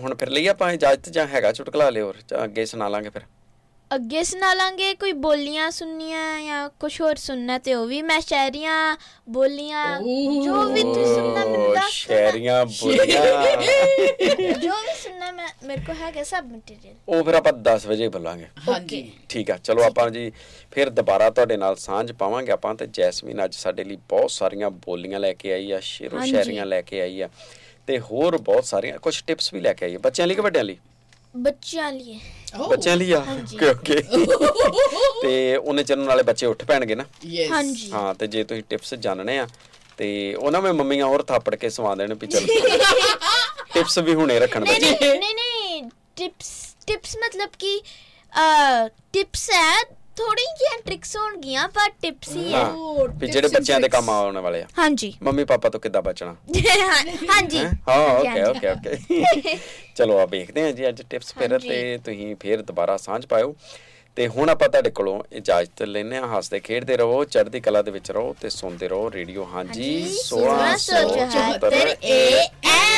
S1: ਹੁਣ ਫਿਰ ਲਈ ਆਪਾਂ ਇਜਾਜ਼ਤ ਜਾਂ ਹੈਗਾ ਚੁਟਕਲਾ ਲਿਓ ਜਾਂ ਅੱਗੇ ਸੁਣਾ ਲਾਂਗੇ ਫਿਰ
S2: ਅੱਗੇ ਸੁਣਾ ਲਾਂਗੇ ਕੋਈ ਬੋਲੀਆਂ ਸੁਣਨੀਆਂ ਜਾਂ ਕੁਝ ਹੋਰ ਸੁਣਨਾ ਤੇ ਉਹ ਵੀ ਮੈਂ ਸ਼ਾਇਰੀਆਂ ਬੋਲੀਆਂ ਜੋ ਵੀ ਤੂੰ ਸੁਣਨਾ ਮੈਨੂੰ
S1: ਓ,
S2: ਦੱਸ
S1: ਸ਼ਾਇਰੀਆਂ ਬੋਲੀਆਂ
S2: ਜੋ ਵੀ ਸੁਣਨਾ ਮੈਂ ਮੇਰੇ ਕੋ ਹੈਗਾ ਸਭ ਮਟੀਰੀਅਲ
S1: ਉਹ ਫਿਰ ਆਪਾਂ 10 ਵਜੇ ਬੋਲਾਂਗੇ
S3: ਹਾਂਜੀ
S1: ਠੀਕ ਆ ਚਲੋ ਆਪਾਂ ਜੀ ਫਿਰ ਦੁਬਾਰਾ ਤੁਹਾਡੇ ਨਾਲ ਸਾਂਝ ਪਾਵਾਂਗੇ ਆਪਾਂ ਤੇ ਜੈਸਮੀਨ ਅੱਜ ਸਾਡੇ ਲਈ ਬਹੁਤ ਸਾਰੀਆਂ ਬੋਲੀਆਂ ਲੈ ਕੇ ਆਈ ਆ ਸ਼ੇਰੋ
S2: ਹਾਂਜੀ।
S1: ਸ਼ਾਇਰੀਆਂ ਲੈ ਕੇ ਆਈ ਆ ਤੇ ਹੋਰ ਬਹੁਤ ਸਾਰੀਆਂ ਕੁਝ ਟਿਪਸ ਵੀ ਲੈ ਕੇ ਆਈ ਆ ਬੱਚਿਆਂ ਲਈ ਕਿ ਵੱਡਿਆਂ ਲਈ
S2: ਬੱਚਿਆਂ ਲਈ
S3: ਓ,
S1: ਬੱਚਿਆਂ ਲਈ ਆ
S2: ਹਾਂਜੀ।
S1: ਕਿਉਂਕਿ ਤੇ ਉਹਨੇ ਚਰਨ ਵਾਲੇ ਬੱਚੇ ਉੱਠ ਪੈਣਗੇ ਨਾ
S3: yes.
S2: ਹਾਂਜੀ
S1: ਹਾਂ ਤੇ ਜੇ ਤੁਸੀਂ ਟਿਪਸ ਜਾਣਨੇ ਆ ਤੇ ਉਹਨਾਂ ਮੈਂ ਮੰਮੀਆਂ ਹੋਰ ਥਾਪੜ ਕੇ ਸਵਾ ਦੇਣ ਵੀ ਚਲ ਟਿਪਸ ਵੀ ਹੁਣੇ ਰੱਖਣ
S2: नहीं
S1: ਬੱਚੇ
S2: नहीं नहीं नहीं टिप्स टिप्स मतलब कि अ, टिप्स है थोड़ी ये ट्रिक्स होंगियां पर टिप्स ही है
S1: ਹਾਂ ਵੀ ਜਿਹੜੇ
S3: tips and
S1: ਬੱਚਿਆਂ ਦੇ ਕੰਮ
S3: tricks।
S1: ਆਉਣ ਵਾਲੇ ਆ
S2: हाँ जी
S1: ਮੰਮੀ ਪਾਪਾ ਤੋਂ ਕਿੱਦਾਂ ਬਚਣਾ
S2: हाँ हाँ जी
S1: ਹੈਂ? ਹਾਂ
S2: हाँ जी,
S1: ਓਕੇ
S2: हाँ जी।
S1: ਓਕੇ ਓਕੇ ਚਲੋ ਆ ਵੇਖਦੇ ਹਾਂ ਜੀ ਅੱਜ ਟਿਪਸ ਫਿਰ
S2: ਹਾਂਜੀ।
S1: ਤੇ ਤੁਸੀਂ ਫਿਰ ਦੁਬਾਰਾ ਸਾਂਝ ਪਾਇਓ ਤੇ ਹੁਣ ਆਪਾਂ ਤੁਹਾਡੇ ਕੋਲੋਂ ਇਜਾਜ਼ਤ ਲੈਨੇ ਆ ਹੱਸਦੇ ਖੇਡਦੇ ਰਹੋ ਚੜ੍ਹਦੀ ਕਲਾ ਦੇ ਵਿੱਚ ਰਹੋ ਤੇ ਸੁਣਦੇ ਰਹੋ ਰੇਡੀਓ ਹਾਂਜੀ
S2: ਹਾਂਜੀ,
S1: 1674
S2: 1674
S1: ਏ
S2: AM